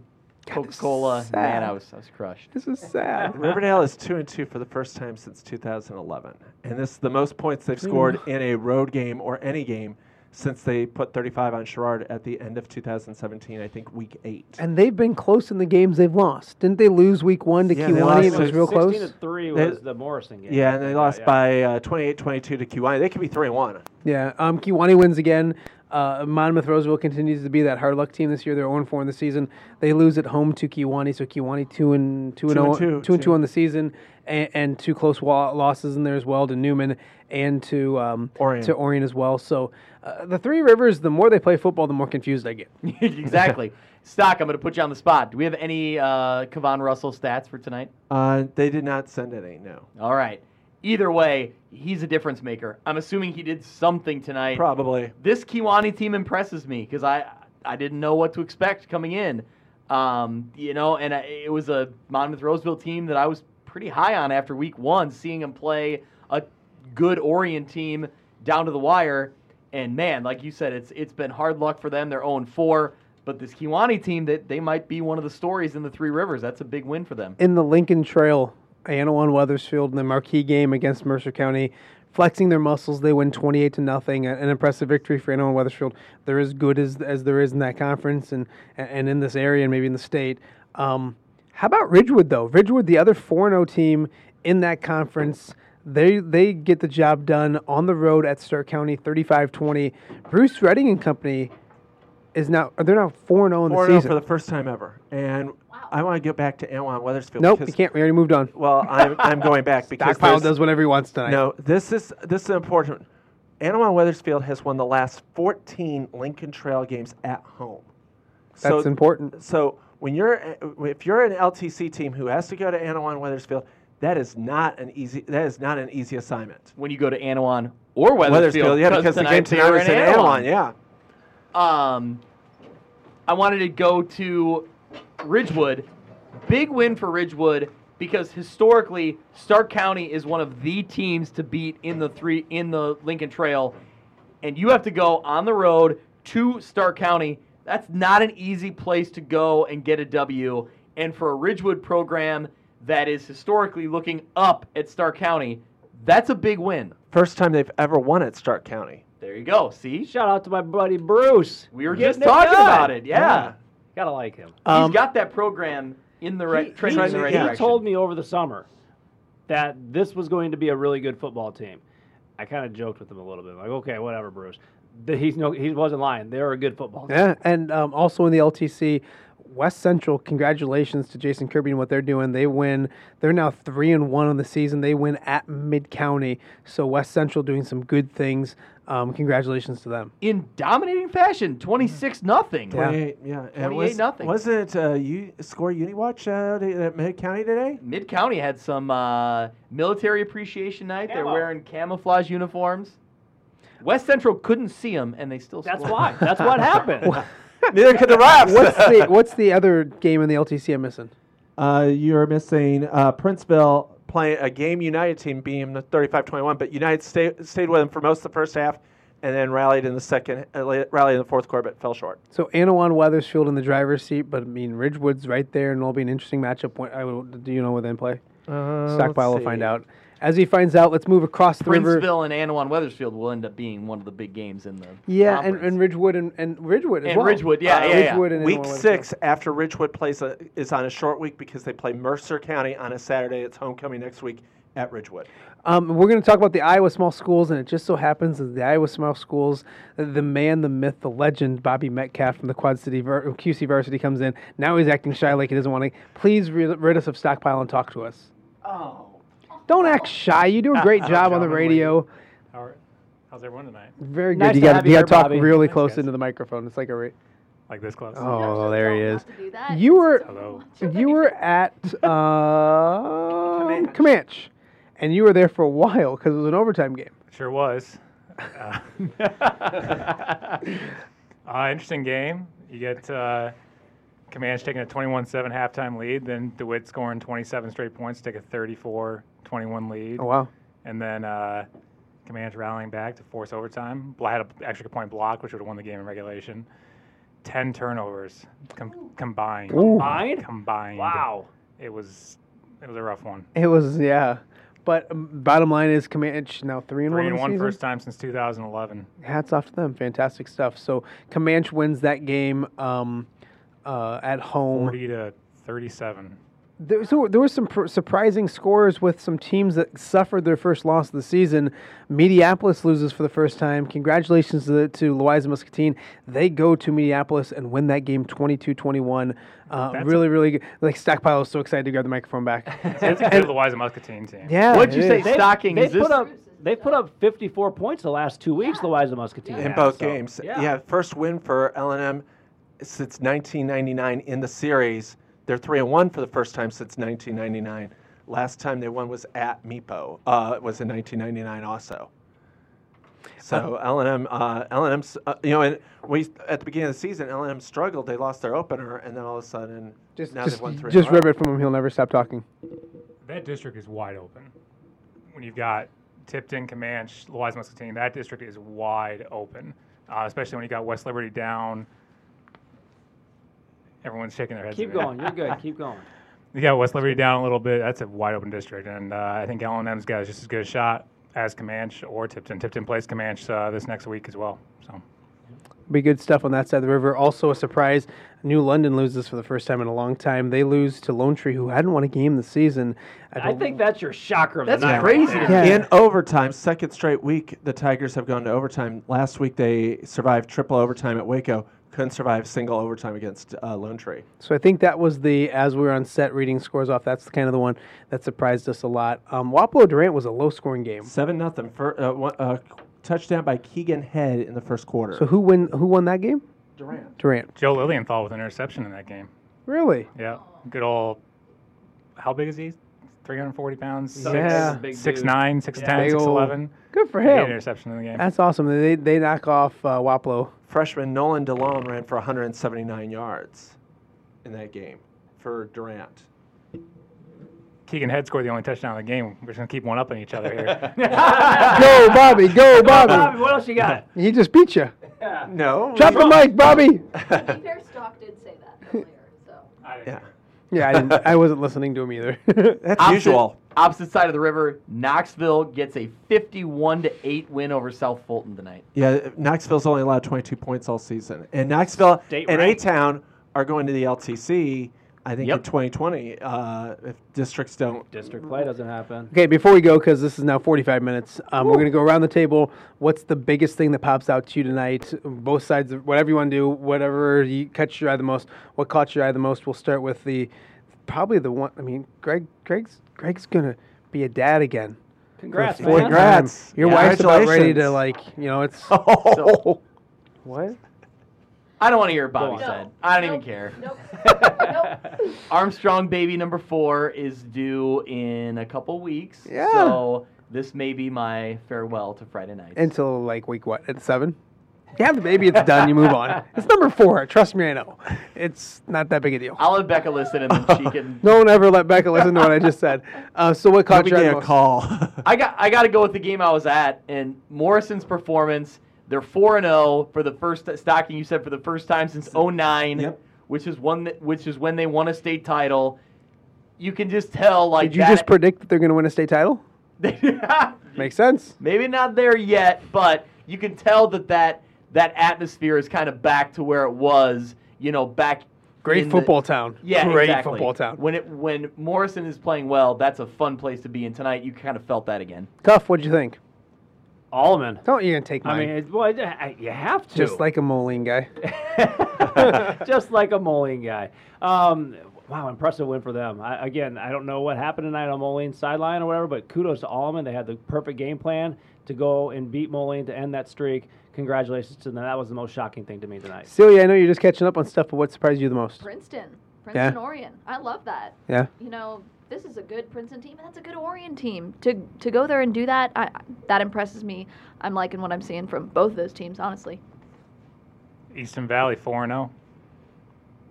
[SPEAKER 2] Coca Cola.
[SPEAKER 5] sad.
[SPEAKER 2] Man, I was I was crushed.
[SPEAKER 5] This is sad.
[SPEAKER 3] Riverdale is 2 and 2 for the first time since 2011. And this is the most points they've scored in a road game or any game since they put 35 on Sherrard at the end of 2017, I think week eight.
[SPEAKER 5] And they've been close in the games they've lost. Didn't they lose week one to
[SPEAKER 3] Yeah, they lost
[SPEAKER 5] Kiwani? and It
[SPEAKER 3] to-
[SPEAKER 5] was real close.
[SPEAKER 4] 16 to 3
[SPEAKER 3] They-
[SPEAKER 4] was the Morrison game.
[SPEAKER 3] yeah, and they lost
[SPEAKER 4] yeah.
[SPEAKER 3] by uh, 28-22 to QI. They could be 3-1.
[SPEAKER 5] Yeah, um, Kiwani wins again. Uh, Monmouth Roseville continues to be that hard luck team this year. They're 0 4 in the season. They lose at home to Kiwani, so Kiwani 2 and 2 and
[SPEAKER 3] Two and
[SPEAKER 5] 0
[SPEAKER 3] two,
[SPEAKER 5] 2 and
[SPEAKER 3] two.
[SPEAKER 5] 2 on the season and, and two close wa- losses in there as well to Newman and to um,
[SPEAKER 3] Orion.
[SPEAKER 5] to Orion as well. So uh, the Three Rivers, the more they play football, the more confused I get.
[SPEAKER 2] exactly. Stock, I'm going to put you on the spot. Do we have any uh, Kevon Russell stats for tonight?
[SPEAKER 3] Uh, they did not send any, no.
[SPEAKER 2] All right. Either way, he's a difference maker. I'm assuming he did something tonight.
[SPEAKER 3] Probably.
[SPEAKER 2] This Kiwani team impresses me because I I didn't know what to expect coming in, um, you know, and I, it was a Monmouth Roseville team that I was pretty high on after week one, seeing them play a good Orion team down to the wire. And man, like you said, it's it's been hard luck for them. They're 0 4, but this Kiwani team that they might be one of the stories in the Three Rivers. That's a big win for them.
[SPEAKER 5] in the Lincoln Trail, Anawan Weathersfield in the marquee game against Mercer County, flexing their muscles. They win 28 to nothing, an impressive victory for Anawan Weathersfield. They're as good as, as there is in that conference and, and in this area and maybe in the state. Um, how about Ridgewood, though? Ridgewood, the other 4 0 team in that conference. They, they get the job done on the road at Stark County, 35-20. Bruce Redding and company is now they're now four and zero in the
[SPEAKER 3] 4-0
[SPEAKER 5] season.
[SPEAKER 3] for the first time ever. And I want to get back to Anwan Weathersfield.
[SPEAKER 5] nope, you
[SPEAKER 3] because-
[SPEAKER 5] can't. We already moved on.
[SPEAKER 3] Well, I'm, I'm going back because
[SPEAKER 5] Stockpile
[SPEAKER 3] there's-
[SPEAKER 5] does whatever he wants tonight.
[SPEAKER 3] No, this is this is important. Anawan Weathersfield has won the last 14 Lincoln Trail games at home.
[SPEAKER 5] That's important.
[SPEAKER 3] So when you're if you're an LTC team who has to go to Anawan Weathersfield, that is not an easy that is not an easy assignment.
[SPEAKER 2] When you go to Anawan or Weathersfield,
[SPEAKER 3] Weathersfield, yeah, because the game
[SPEAKER 2] tonight they
[SPEAKER 3] tonight
[SPEAKER 2] are
[SPEAKER 3] is in Anawan, yeah.
[SPEAKER 2] um, I wanted to go to Ridgewood. Big win for Ridgewood because historically Stark County is one of the teams to beat in the three in the Lincoln Trail, and you have to go on the road to Stark County. That's not an easy place to go and get a W. And for a Ridgewood program that is historically looking up at Stark County, that's a big win.
[SPEAKER 3] First time they've ever won at Stark County.
[SPEAKER 2] There you go. See,
[SPEAKER 4] Shout out to my buddy Bruce.
[SPEAKER 2] we were
[SPEAKER 4] Getting
[SPEAKER 2] just talking
[SPEAKER 4] done.
[SPEAKER 2] about it. yeah.
[SPEAKER 4] Gotta like him.
[SPEAKER 2] he's got that program in the right trending in the right
[SPEAKER 4] he
[SPEAKER 2] direction.
[SPEAKER 4] told me over the summer that this was going to be a really good football team. I kind of joked with him a little bit, like, okay, whatever, Bruce. Th- He's no, he wasn't lying. They're a good football team.
[SPEAKER 5] Yeah, and um, also in the LTC, West Central. Congratulations to Jason Kirby and what they're doing. They win. They're now three and one on the season. They win at Mid County. So West Central doing some good things. Um, congratulations to them.
[SPEAKER 2] in dominating fashion, twenty six nothing.
[SPEAKER 5] Yeah.
[SPEAKER 3] 28, yeah. And
[SPEAKER 2] 28 nothing.
[SPEAKER 3] Wasn't it uh, you score Uniwatch out at Mid County today?
[SPEAKER 2] Mid County had some uh, military appreciation night. They're
[SPEAKER 4] Camo.
[SPEAKER 2] wearing camouflage uniforms. West Central couldn't see them, and they still.
[SPEAKER 4] That's
[SPEAKER 2] scored.
[SPEAKER 4] why. That's what happened.
[SPEAKER 3] Neither could the Raps.
[SPEAKER 5] What's the What's the other game in the LTC I'm missing?
[SPEAKER 3] Uh, you're missing uh, Princeville playing a game United team being the 35-21, but United stayed stayed with them for most of the first half, and then rallied in the second, uh, la- rallied in the fourth quarter, but fell short.
[SPEAKER 5] So Anawan Weathersfield in the driver's seat, but I mean Ridgewood's right there, and it'll be an interesting matchup. When, I will, do you know when they play?
[SPEAKER 3] Uh,
[SPEAKER 5] Stockpile will find out. As he finds out, let's move across the river.
[SPEAKER 2] Princeville and Anawan Weathersfield will end up being one of the big games in the.
[SPEAKER 5] Yeah, and,
[SPEAKER 2] conference.
[SPEAKER 5] and Ridgewood and, and Ridgewood as
[SPEAKER 2] And
[SPEAKER 5] well.
[SPEAKER 2] Ridgewood, yeah, yeah, yeah.
[SPEAKER 5] Ridgewood and
[SPEAKER 3] Week
[SPEAKER 5] Illinois.
[SPEAKER 3] six after Ridgewood plays a, is on a short week because they play Mercer County on a Saturday. It's homecoming next week at Ridgewood.
[SPEAKER 5] Um, we're going to talk about the Iowa small schools, and it just so happens that the Iowa small schools, the man, the myth, the legend, Bobby Metcalf from the Quad City Var- QC Varsity comes in. Now he's acting shy like he doesn't want to. Please re- rid us of stockpile and talk to us.
[SPEAKER 7] Oh.
[SPEAKER 5] Don't act shy. You do a great job on the radio.
[SPEAKER 7] How are, how's everyone tonight?
[SPEAKER 5] Very good.
[SPEAKER 4] Nice
[SPEAKER 5] you
[SPEAKER 4] to
[SPEAKER 5] got
[SPEAKER 4] have
[SPEAKER 5] to
[SPEAKER 4] you here,
[SPEAKER 5] talk
[SPEAKER 4] Bobby.
[SPEAKER 5] really
[SPEAKER 4] Thanks,
[SPEAKER 5] close
[SPEAKER 7] guys.
[SPEAKER 5] into the microphone. It's like a. Ra-
[SPEAKER 7] Like this close?
[SPEAKER 5] oh,
[SPEAKER 6] just
[SPEAKER 5] there he
[SPEAKER 6] don't
[SPEAKER 5] is.
[SPEAKER 6] have to do that.
[SPEAKER 5] You were.
[SPEAKER 7] Hello.
[SPEAKER 5] you were at uh, Comanche, and you were there for a while because it was an overtime game.
[SPEAKER 7] Sure was. Uh, uh, interesting game. You get uh, Comanche taking a 21-7 halftime lead, then DeWitt scoring 27 straight points, take a 34-21 lead,
[SPEAKER 5] Oh wow!
[SPEAKER 7] and then uh, Comanche rallying back to force overtime. Bla- Had an extra point block, which would have won the game in regulation. Ten turnovers com- combined.
[SPEAKER 4] Combined?
[SPEAKER 7] Combined.
[SPEAKER 4] Wow.
[SPEAKER 7] It was it was a rough one.
[SPEAKER 5] It was yeah. But um, bottom line is, Comanche now three and
[SPEAKER 7] Three
[SPEAKER 5] one.
[SPEAKER 7] and
[SPEAKER 5] on the
[SPEAKER 7] one
[SPEAKER 5] season.
[SPEAKER 7] first time since 2011.
[SPEAKER 5] Hats off to them. Fantastic stuff. So Comanche wins that game um, uh, at home.
[SPEAKER 7] 40 to 37.
[SPEAKER 5] There, so there were some pr- surprising scores with some teams that suffered their first loss of the season. Minneapolis loses for the first time. Congratulations to, the, to Loiza Muscatine. They go to Minneapolis and win that game 22-21. Uh, really, really good. Like Stackpile is so excited to grab the microphone back.
[SPEAKER 7] That's a good Louisa Muscatine team.
[SPEAKER 5] yeah.
[SPEAKER 2] What'd you
[SPEAKER 5] it
[SPEAKER 2] say?
[SPEAKER 5] is.
[SPEAKER 4] They've-
[SPEAKER 2] Stocking,
[SPEAKER 4] They've
[SPEAKER 2] is this-
[SPEAKER 4] put up they've put up 54 points the last two weeks. The Wise Muscatine
[SPEAKER 3] in
[SPEAKER 4] have,
[SPEAKER 3] both
[SPEAKER 4] so,
[SPEAKER 3] games.
[SPEAKER 4] Yeah.
[SPEAKER 3] Yeah. first win for LNM since 1999 in the series. They're three and one for the first time since 1999. Last time they won was at Meepo. Uh, it was in 1999 also. So LNM, uh, LNM's, uh, you know, and we at the beginning of the season, LNM struggled. They lost their opener, and then all of a sudden,
[SPEAKER 5] Just,
[SPEAKER 3] now
[SPEAKER 5] just,
[SPEAKER 3] they've won three. in a
[SPEAKER 5] just
[SPEAKER 3] row.
[SPEAKER 5] rip it from him. He'll never stop talking.
[SPEAKER 7] That district is wide open. When you've got Tipton, Comanche, Louisa Muscatine, that district is wide open, uh, especially when you got West Liberty down. Everyone's shaking their heads.
[SPEAKER 4] Keep
[SPEAKER 7] at me.
[SPEAKER 4] going. You're good. Keep going.
[SPEAKER 7] You got West Liberty down a little bit. That's a wide open district, and uh, I think L&M's got just as good a shot as Comanche or Tipton. Tipton plays Comanche uh, this next week as well. So
[SPEAKER 5] be good stuff on that side of the river. Also, a surprise New London loses for the first time in a long time. They lose to Lone Tree, who hadn't won a game this season.
[SPEAKER 4] I
[SPEAKER 5] don't-
[SPEAKER 4] think that's your shocker of
[SPEAKER 2] That's
[SPEAKER 4] the night.
[SPEAKER 2] crazy.
[SPEAKER 4] Right
[SPEAKER 5] Yeah.
[SPEAKER 3] In overtime, second straight week, the Tigers have gone to overtime. Last week, they survived triple overtime at Waco. Couldn't survive single overtime against uh, Lone Tree.
[SPEAKER 5] So I think that was the as we were on set reading scores off. That's kind of the one that surprised us a lot. Um, Wapello Durant was a low scoring game.
[SPEAKER 3] Seven nothing. Fir uh, one, uh, touchdown by Keegan Head in the first quarter.
[SPEAKER 5] So who win? Who won that game?
[SPEAKER 3] Durant.
[SPEAKER 5] Durant.
[SPEAKER 7] Joe Lilienthal with an interception in that game.
[SPEAKER 5] Really?
[SPEAKER 7] Yeah, good old. How big is he? 340 pounds. Six,
[SPEAKER 5] Yeah.
[SPEAKER 4] Big
[SPEAKER 7] six
[SPEAKER 4] dude.
[SPEAKER 7] nine, six ten,
[SPEAKER 5] Big
[SPEAKER 7] six
[SPEAKER 5] old-
[SPEAKER 7] eleven.
[SPEAKER 5] Good for
[SPEAKER 7] He had an
[SPEAKER 5] him.
[SPEAKER 7] interception in the game.
[SPEAKER 5] That's awesome. They they knock off uh, Wapello.
[SPEAKER 3] Freshman Nolan DeLone ran for 179 yards in that game for Durant.
[SPEAKER 7] Keegan Head scored the only touchdown of the game. We're just gonna keep one up on each other here.
[SPEAKER 5] go Bobby, go Bobby.
[SPEAKER 4] Bobby, what else you got?
[SPEAKER 5] He just beat you.
[SPEAKER 3] No.
[SPEAKER 5] Drop the mic, Bobby.
[SPEAKER 6] To be fair, Stock did say that earlier, so.
[SPEAKER 3] Yeah.
[SPEAKER 5] Yeah, I, didn't, I wasn't listening to him either.
[SPEAKER 3] That's
[SPEAKER 2] Opposite-
[SPEAKER 3] usual.
[SPEAKER 2] Opposite side of the river, Knoxville gets a 51 to 8 win over South Fulton tonight.
[SPEAKER 3] Yeah, Knoxville's only allowed 22 points all season. And Knoxville
[SPEAKER 4] State
[SPEAKER 3] and
[SPEAKER 4] ranked.
[SPEAKER 3] A-Town are going to the LTC, I think, in
[SPEAKER 2] Yep.
[SPEAKER 3] 2020 uh, if districts don't.
[SPEAKER 4] District play doesn't happen.
[SPEAKER 5] Okay, before we go, because this is now 45 minutes, um, we're going to go around the table. What's the biggest thing that pops out to you tonight? Both sides, of whatever you want to do, whatever you catch your eye the most, what caught your eye the most. We'll start with the probably the one. I mean, Greg, Greg's Greg's going to be a dad again.
[SPEAKER 4] Congrats,
[SPEAKER 3] Fourth
[SPEAKER 4] man.
[SPEAKER 3] grade.
[SPEAKER 5] Congrats! Your
[SPEAKER 3] Yeah.
[SPEAKER 5] wife's about ready to
[SPEAKER 3] Congratulations.
[SPEAKER 5] like, you know, it's
[SPEAKER 2] So-
[SPEAKER 5] what?
[SPEAKER 2] I don't want to hear what Bobby
[SPEAKER 6] No.
[SPEAKER 2] said. I don't
[SPEAKER 6] Nope.
[SPEAKER 2] even care.
[SPEAKER 6] Nope. nope.
[SPEAKER 2] Armstrong baby number four is due in a couple weeks.
[SPEAKER 5] Yeah.
[SPEAKER 2] So this may be my farewell to Friday nights.
[SPEAKER 5] Until like week what? At seven. You have the baby, it's done. You move on. It's number four. Trust me, I know. It's not that big a deal.
[SPEAKER 2] I'll let Becca listen and then she can.
[SPEAKER 5] No one ever let Becca listen to what I just said. Uh, so what
[SPEAKER 3] Let
[SPEAKER 5] caught
[SPEAKER 3] me
[SPEAKER 5] your eye the
[SPEAKER 3] get a
[SPEAKER 5] most?
[SPEAKER 3] call.
[SPEAKER 2] I got I got to go with the game I was at and Morrison's performance. They're four and zero for the first stocking. You said for the first time since 09,
[SPEAKER 3] Yep.
[SPEAKER 2] which is one that, which is when they won a state title. You can just tell like
[SPEAKER 5] Did you
[SPEAKER 2] that-
[SPEAKER 5] just predict that they're going to win a state title? Makes sense.
[SPEAKER 2] maybe not there yet, but you can tell that that that atmosphere is kind of back to where it was. You know, back
[SPEAKER 5] Great
[SPEAKER 2] in the-
[SPEAKER 5] football town.
[SPEAKER 2] Yeah,
[SPEAKER 5] great
[SPEAKER 2] exactly.
[SPEAKER 5] football town.
[SPEAKER 2] When it when Morrison is playing well, that's a fun place to be. And tonight, you kind of felt that again.
[SPEAKER 5] Cuff, what'd you think?
[SPEAKER 4] Allman.
[SPEAKER 5] Don't you gonna take mine?
[SPEAKER 4] I mean, it, well, it- I- you have to.
[SPEAKER 5] just like a Moline guy.
[SPEAKER 4] just like a Moline guy. Um, wow, impressive win for them. I, again, I don't know what happened tonight on Moline's sideline or whatever, but kudos to Allman. They had the perfect game plan to go and beat Moline to end that streak. Congratulations to them. That was the most shocking thing to me tonight.
[SPEAKER 5] Celia, I know you're just catching up on stuff, but what surprised you the most?
[SPEAKER 6] Princeton. Princeton Orion. I love that.
[SPEAKER 5] Yeah.
[SPEAKER 6] You know, this is a good Princeton team, and that's a good Orion team. To to go there and do that, I, that impresses me. I'm liking what I'm seeing from both of those teams, honestly.
[SPEAKER 7] Easton Valley four and zero.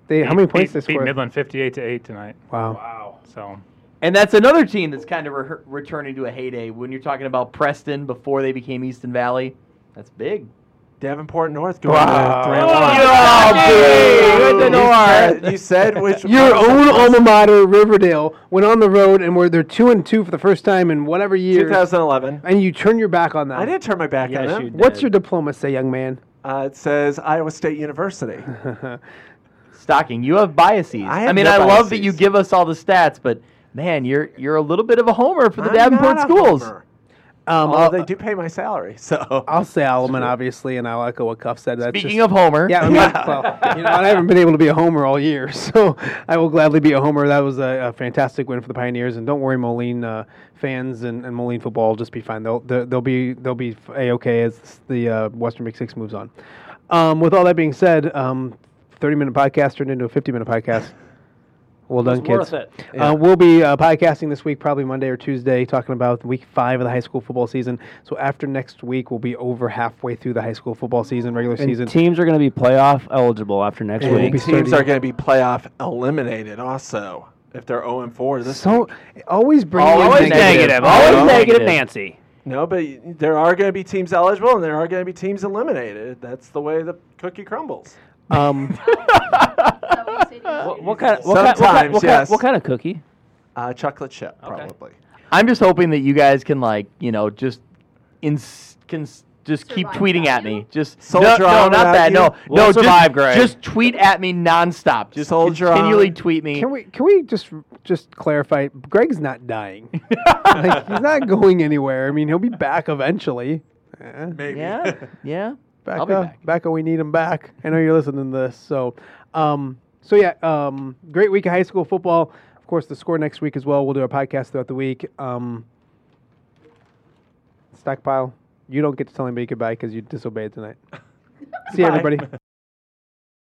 [SPEAKER 5] They, how many points
[SPEAKER 7] beat,
[SPEAKER 5] they
[SPEAKER 7] beat
[SPEAKER 5] scored?
[SPEAKER 7] Midland fifty eight to eight tonight.
[SPEAKER 5] Wow.
[SPEAKER 7] So
[SPEAKER 2] And that's another team that's kind of re- returning to a heyday. When you're talking about Preston before they became Easton Valley, that's big.
[SPEAKER 3] Davenport North going to
[SPEAKER 4] Oh,
[SPEAKER 3] Grant Lodge.
[SPEAKER 4] Good
[SPEAKER 3] You said- You said which
[SPEAKER 5] Your own alma mater, Riverdale, went on the road and were they're two and two for the first time in whatever year,
[SPEAKER 3] 2011.
[SPEAKER 5] and you turn your back on them.
[SPEAKER 3] I did turn my back on
[SPEAKER 4] Yes, you
[SPEAKER 3] them.
[SPEAKER 4] did.
[SPEAKER 5] What's your diploma say, young man?
[SPEAKER 3] Uh, it says Iowa State University.
[SPEAKER 2] Stocking, you have biases.
[SPEAKER 3] I
[SPEAKER 2] I,
[SPEAKER 3] have
[SPEAKER 2] mean,
[SPEAKER 3] no
[SPEAKER 2] I love that
[SPEAKER 3] biases.
[SPEAKER 2] you give us all the stats, but man, you're you're a little bit of a homer for the
[SPEAKER 3] I'm
[SPEAKER 2] Davenport
[SPEAKER 3] not a
[SPEAKER 2] schools.
[SPEAKER 3] homer.
[SPEAKER 5] Um,
[SPEAKER 3] Although
[SPEAKER 5] I'll,
[SPEAKER 3] they do pay my salary, so
[SPEAKER 5] I'll say Alaman, obviously, and I'll echo what Cuff said. That's
[SPEAKER 2] Speaking of
[SPEAKER 5] just-
[SPEAKER 2] homer,
[SPEAKER 5] Yeah, I'm not- well, you know, I haven't been able to be a homer all year, so I will gladly be a homer. That was a, a fantastic win for the Pioneers, and don't worry, Moline uh, fans and, and Moline football will just be fine. They'll they'll, they'll be they'll be a okay as the uh, Western Big Six moves on. Um, with all that being said, um, thirty minute podcast turned into a fifty minute podcast. Well done,
[SPEAKER 4] worth
[SPEAKER 5] kids.
[SPEAKER 4] it.
[SPEAKER 5] Uh, we'll be uh, podcasting this week, probably Monday or Tuesday, talking about week five of the high school football season. So after next week, we'll be over halfway through the high school football season, regular season.
[SPEAKER 4] And teams are going to be playoff eligible after next
[SPEAKER 5] we'll
[SPEAKER 4] week.
[SPEAKER 5] be
[SPEAKER 3] teams
[SPEAKER 5] starting-
[SPEAKER 3] are going to be playoff eliminated also if they're 0 and 4 this
[SPEAKER 5] So
[SPEAKER 3] week.
[SPEAKER 5] always bring
[SPEAKER 4] Always
[SPEAKER 5] in
[SPEAKER 4] negative. Always negative, Nancy.
[SPEAKER 3] No, but y- there are going to be teams eligible and there are going to be teams eliminated. That's the way the cookie crumbles.
[SPEAKER 5] Um,
[SPEAKER 6] Is that what you say to your
[SPEAKER 4] What,
[SPEAKER 6] students?
[SPEAKER 4] what kind? What kind- what kind?
[SPEAKER 3] Sometimes,
[SPEAKER 4] What kind,
[SPEAKER 3] yes.
[SPEAKER 4] what kind of cookie?
[SPEAKER 3] Uh, chocolate chip, probably.
[SPEAKER 2] I'm just hoping that you guys can like, you know, just ins- can just keep
[SPEAKER 6] Survive
[SPEAKER 2] tweeting
[SPEAKER 6] without
[SPEAKER 2] at
[SPEAKER 6] you?
[SPEAKER 2] me. Just
[SPEAKER 3] Soldier
[SPEAKER 2] no, no,
[SPEAKER 3] on
[SPEAKER 2] not
[SPEAKER 3] without
[SPEAKER 2] that.
[SPEAKER 3] you?
[SPEAKER 2] No,
[SPEAKER 4] We'll
[SPEAKER 2] no,
[SPEAKER 4] survive,
[SPEAKER 2] just,
[SPEAKER 4] Greg.
[SPEAKER 2] just tweet at me nonstop. Just
[SPEAKER 3] Soldier on.
[SPEAKER 2] continually tweet me.
[SPEAKER 5] can we can we just just clarify? Greg's not dying. like, he's not going anywhere. I mean, he'll be back eventually. Eh,
[SPEAKER 3] Maybe.
[SPEAKER 2] yeah, yeah.
[SPEAKER 5] back
[SPEAKER 2] I'll be
[SPEAKER 5] up,
[SPEAKER 2] back.
[SPEAKER 5] up, We need him back. I know you're listening to this. So, um, so yeah, um, great week of high school football. Of course, the score next week as well. We'll do a podcast throughout the week. Um, stockpile. You don't get to tell anybody goodbye because you disobeyed tonight. See you,
[SPEAKER 3] Bye.
[SPEAKER 5] everybody.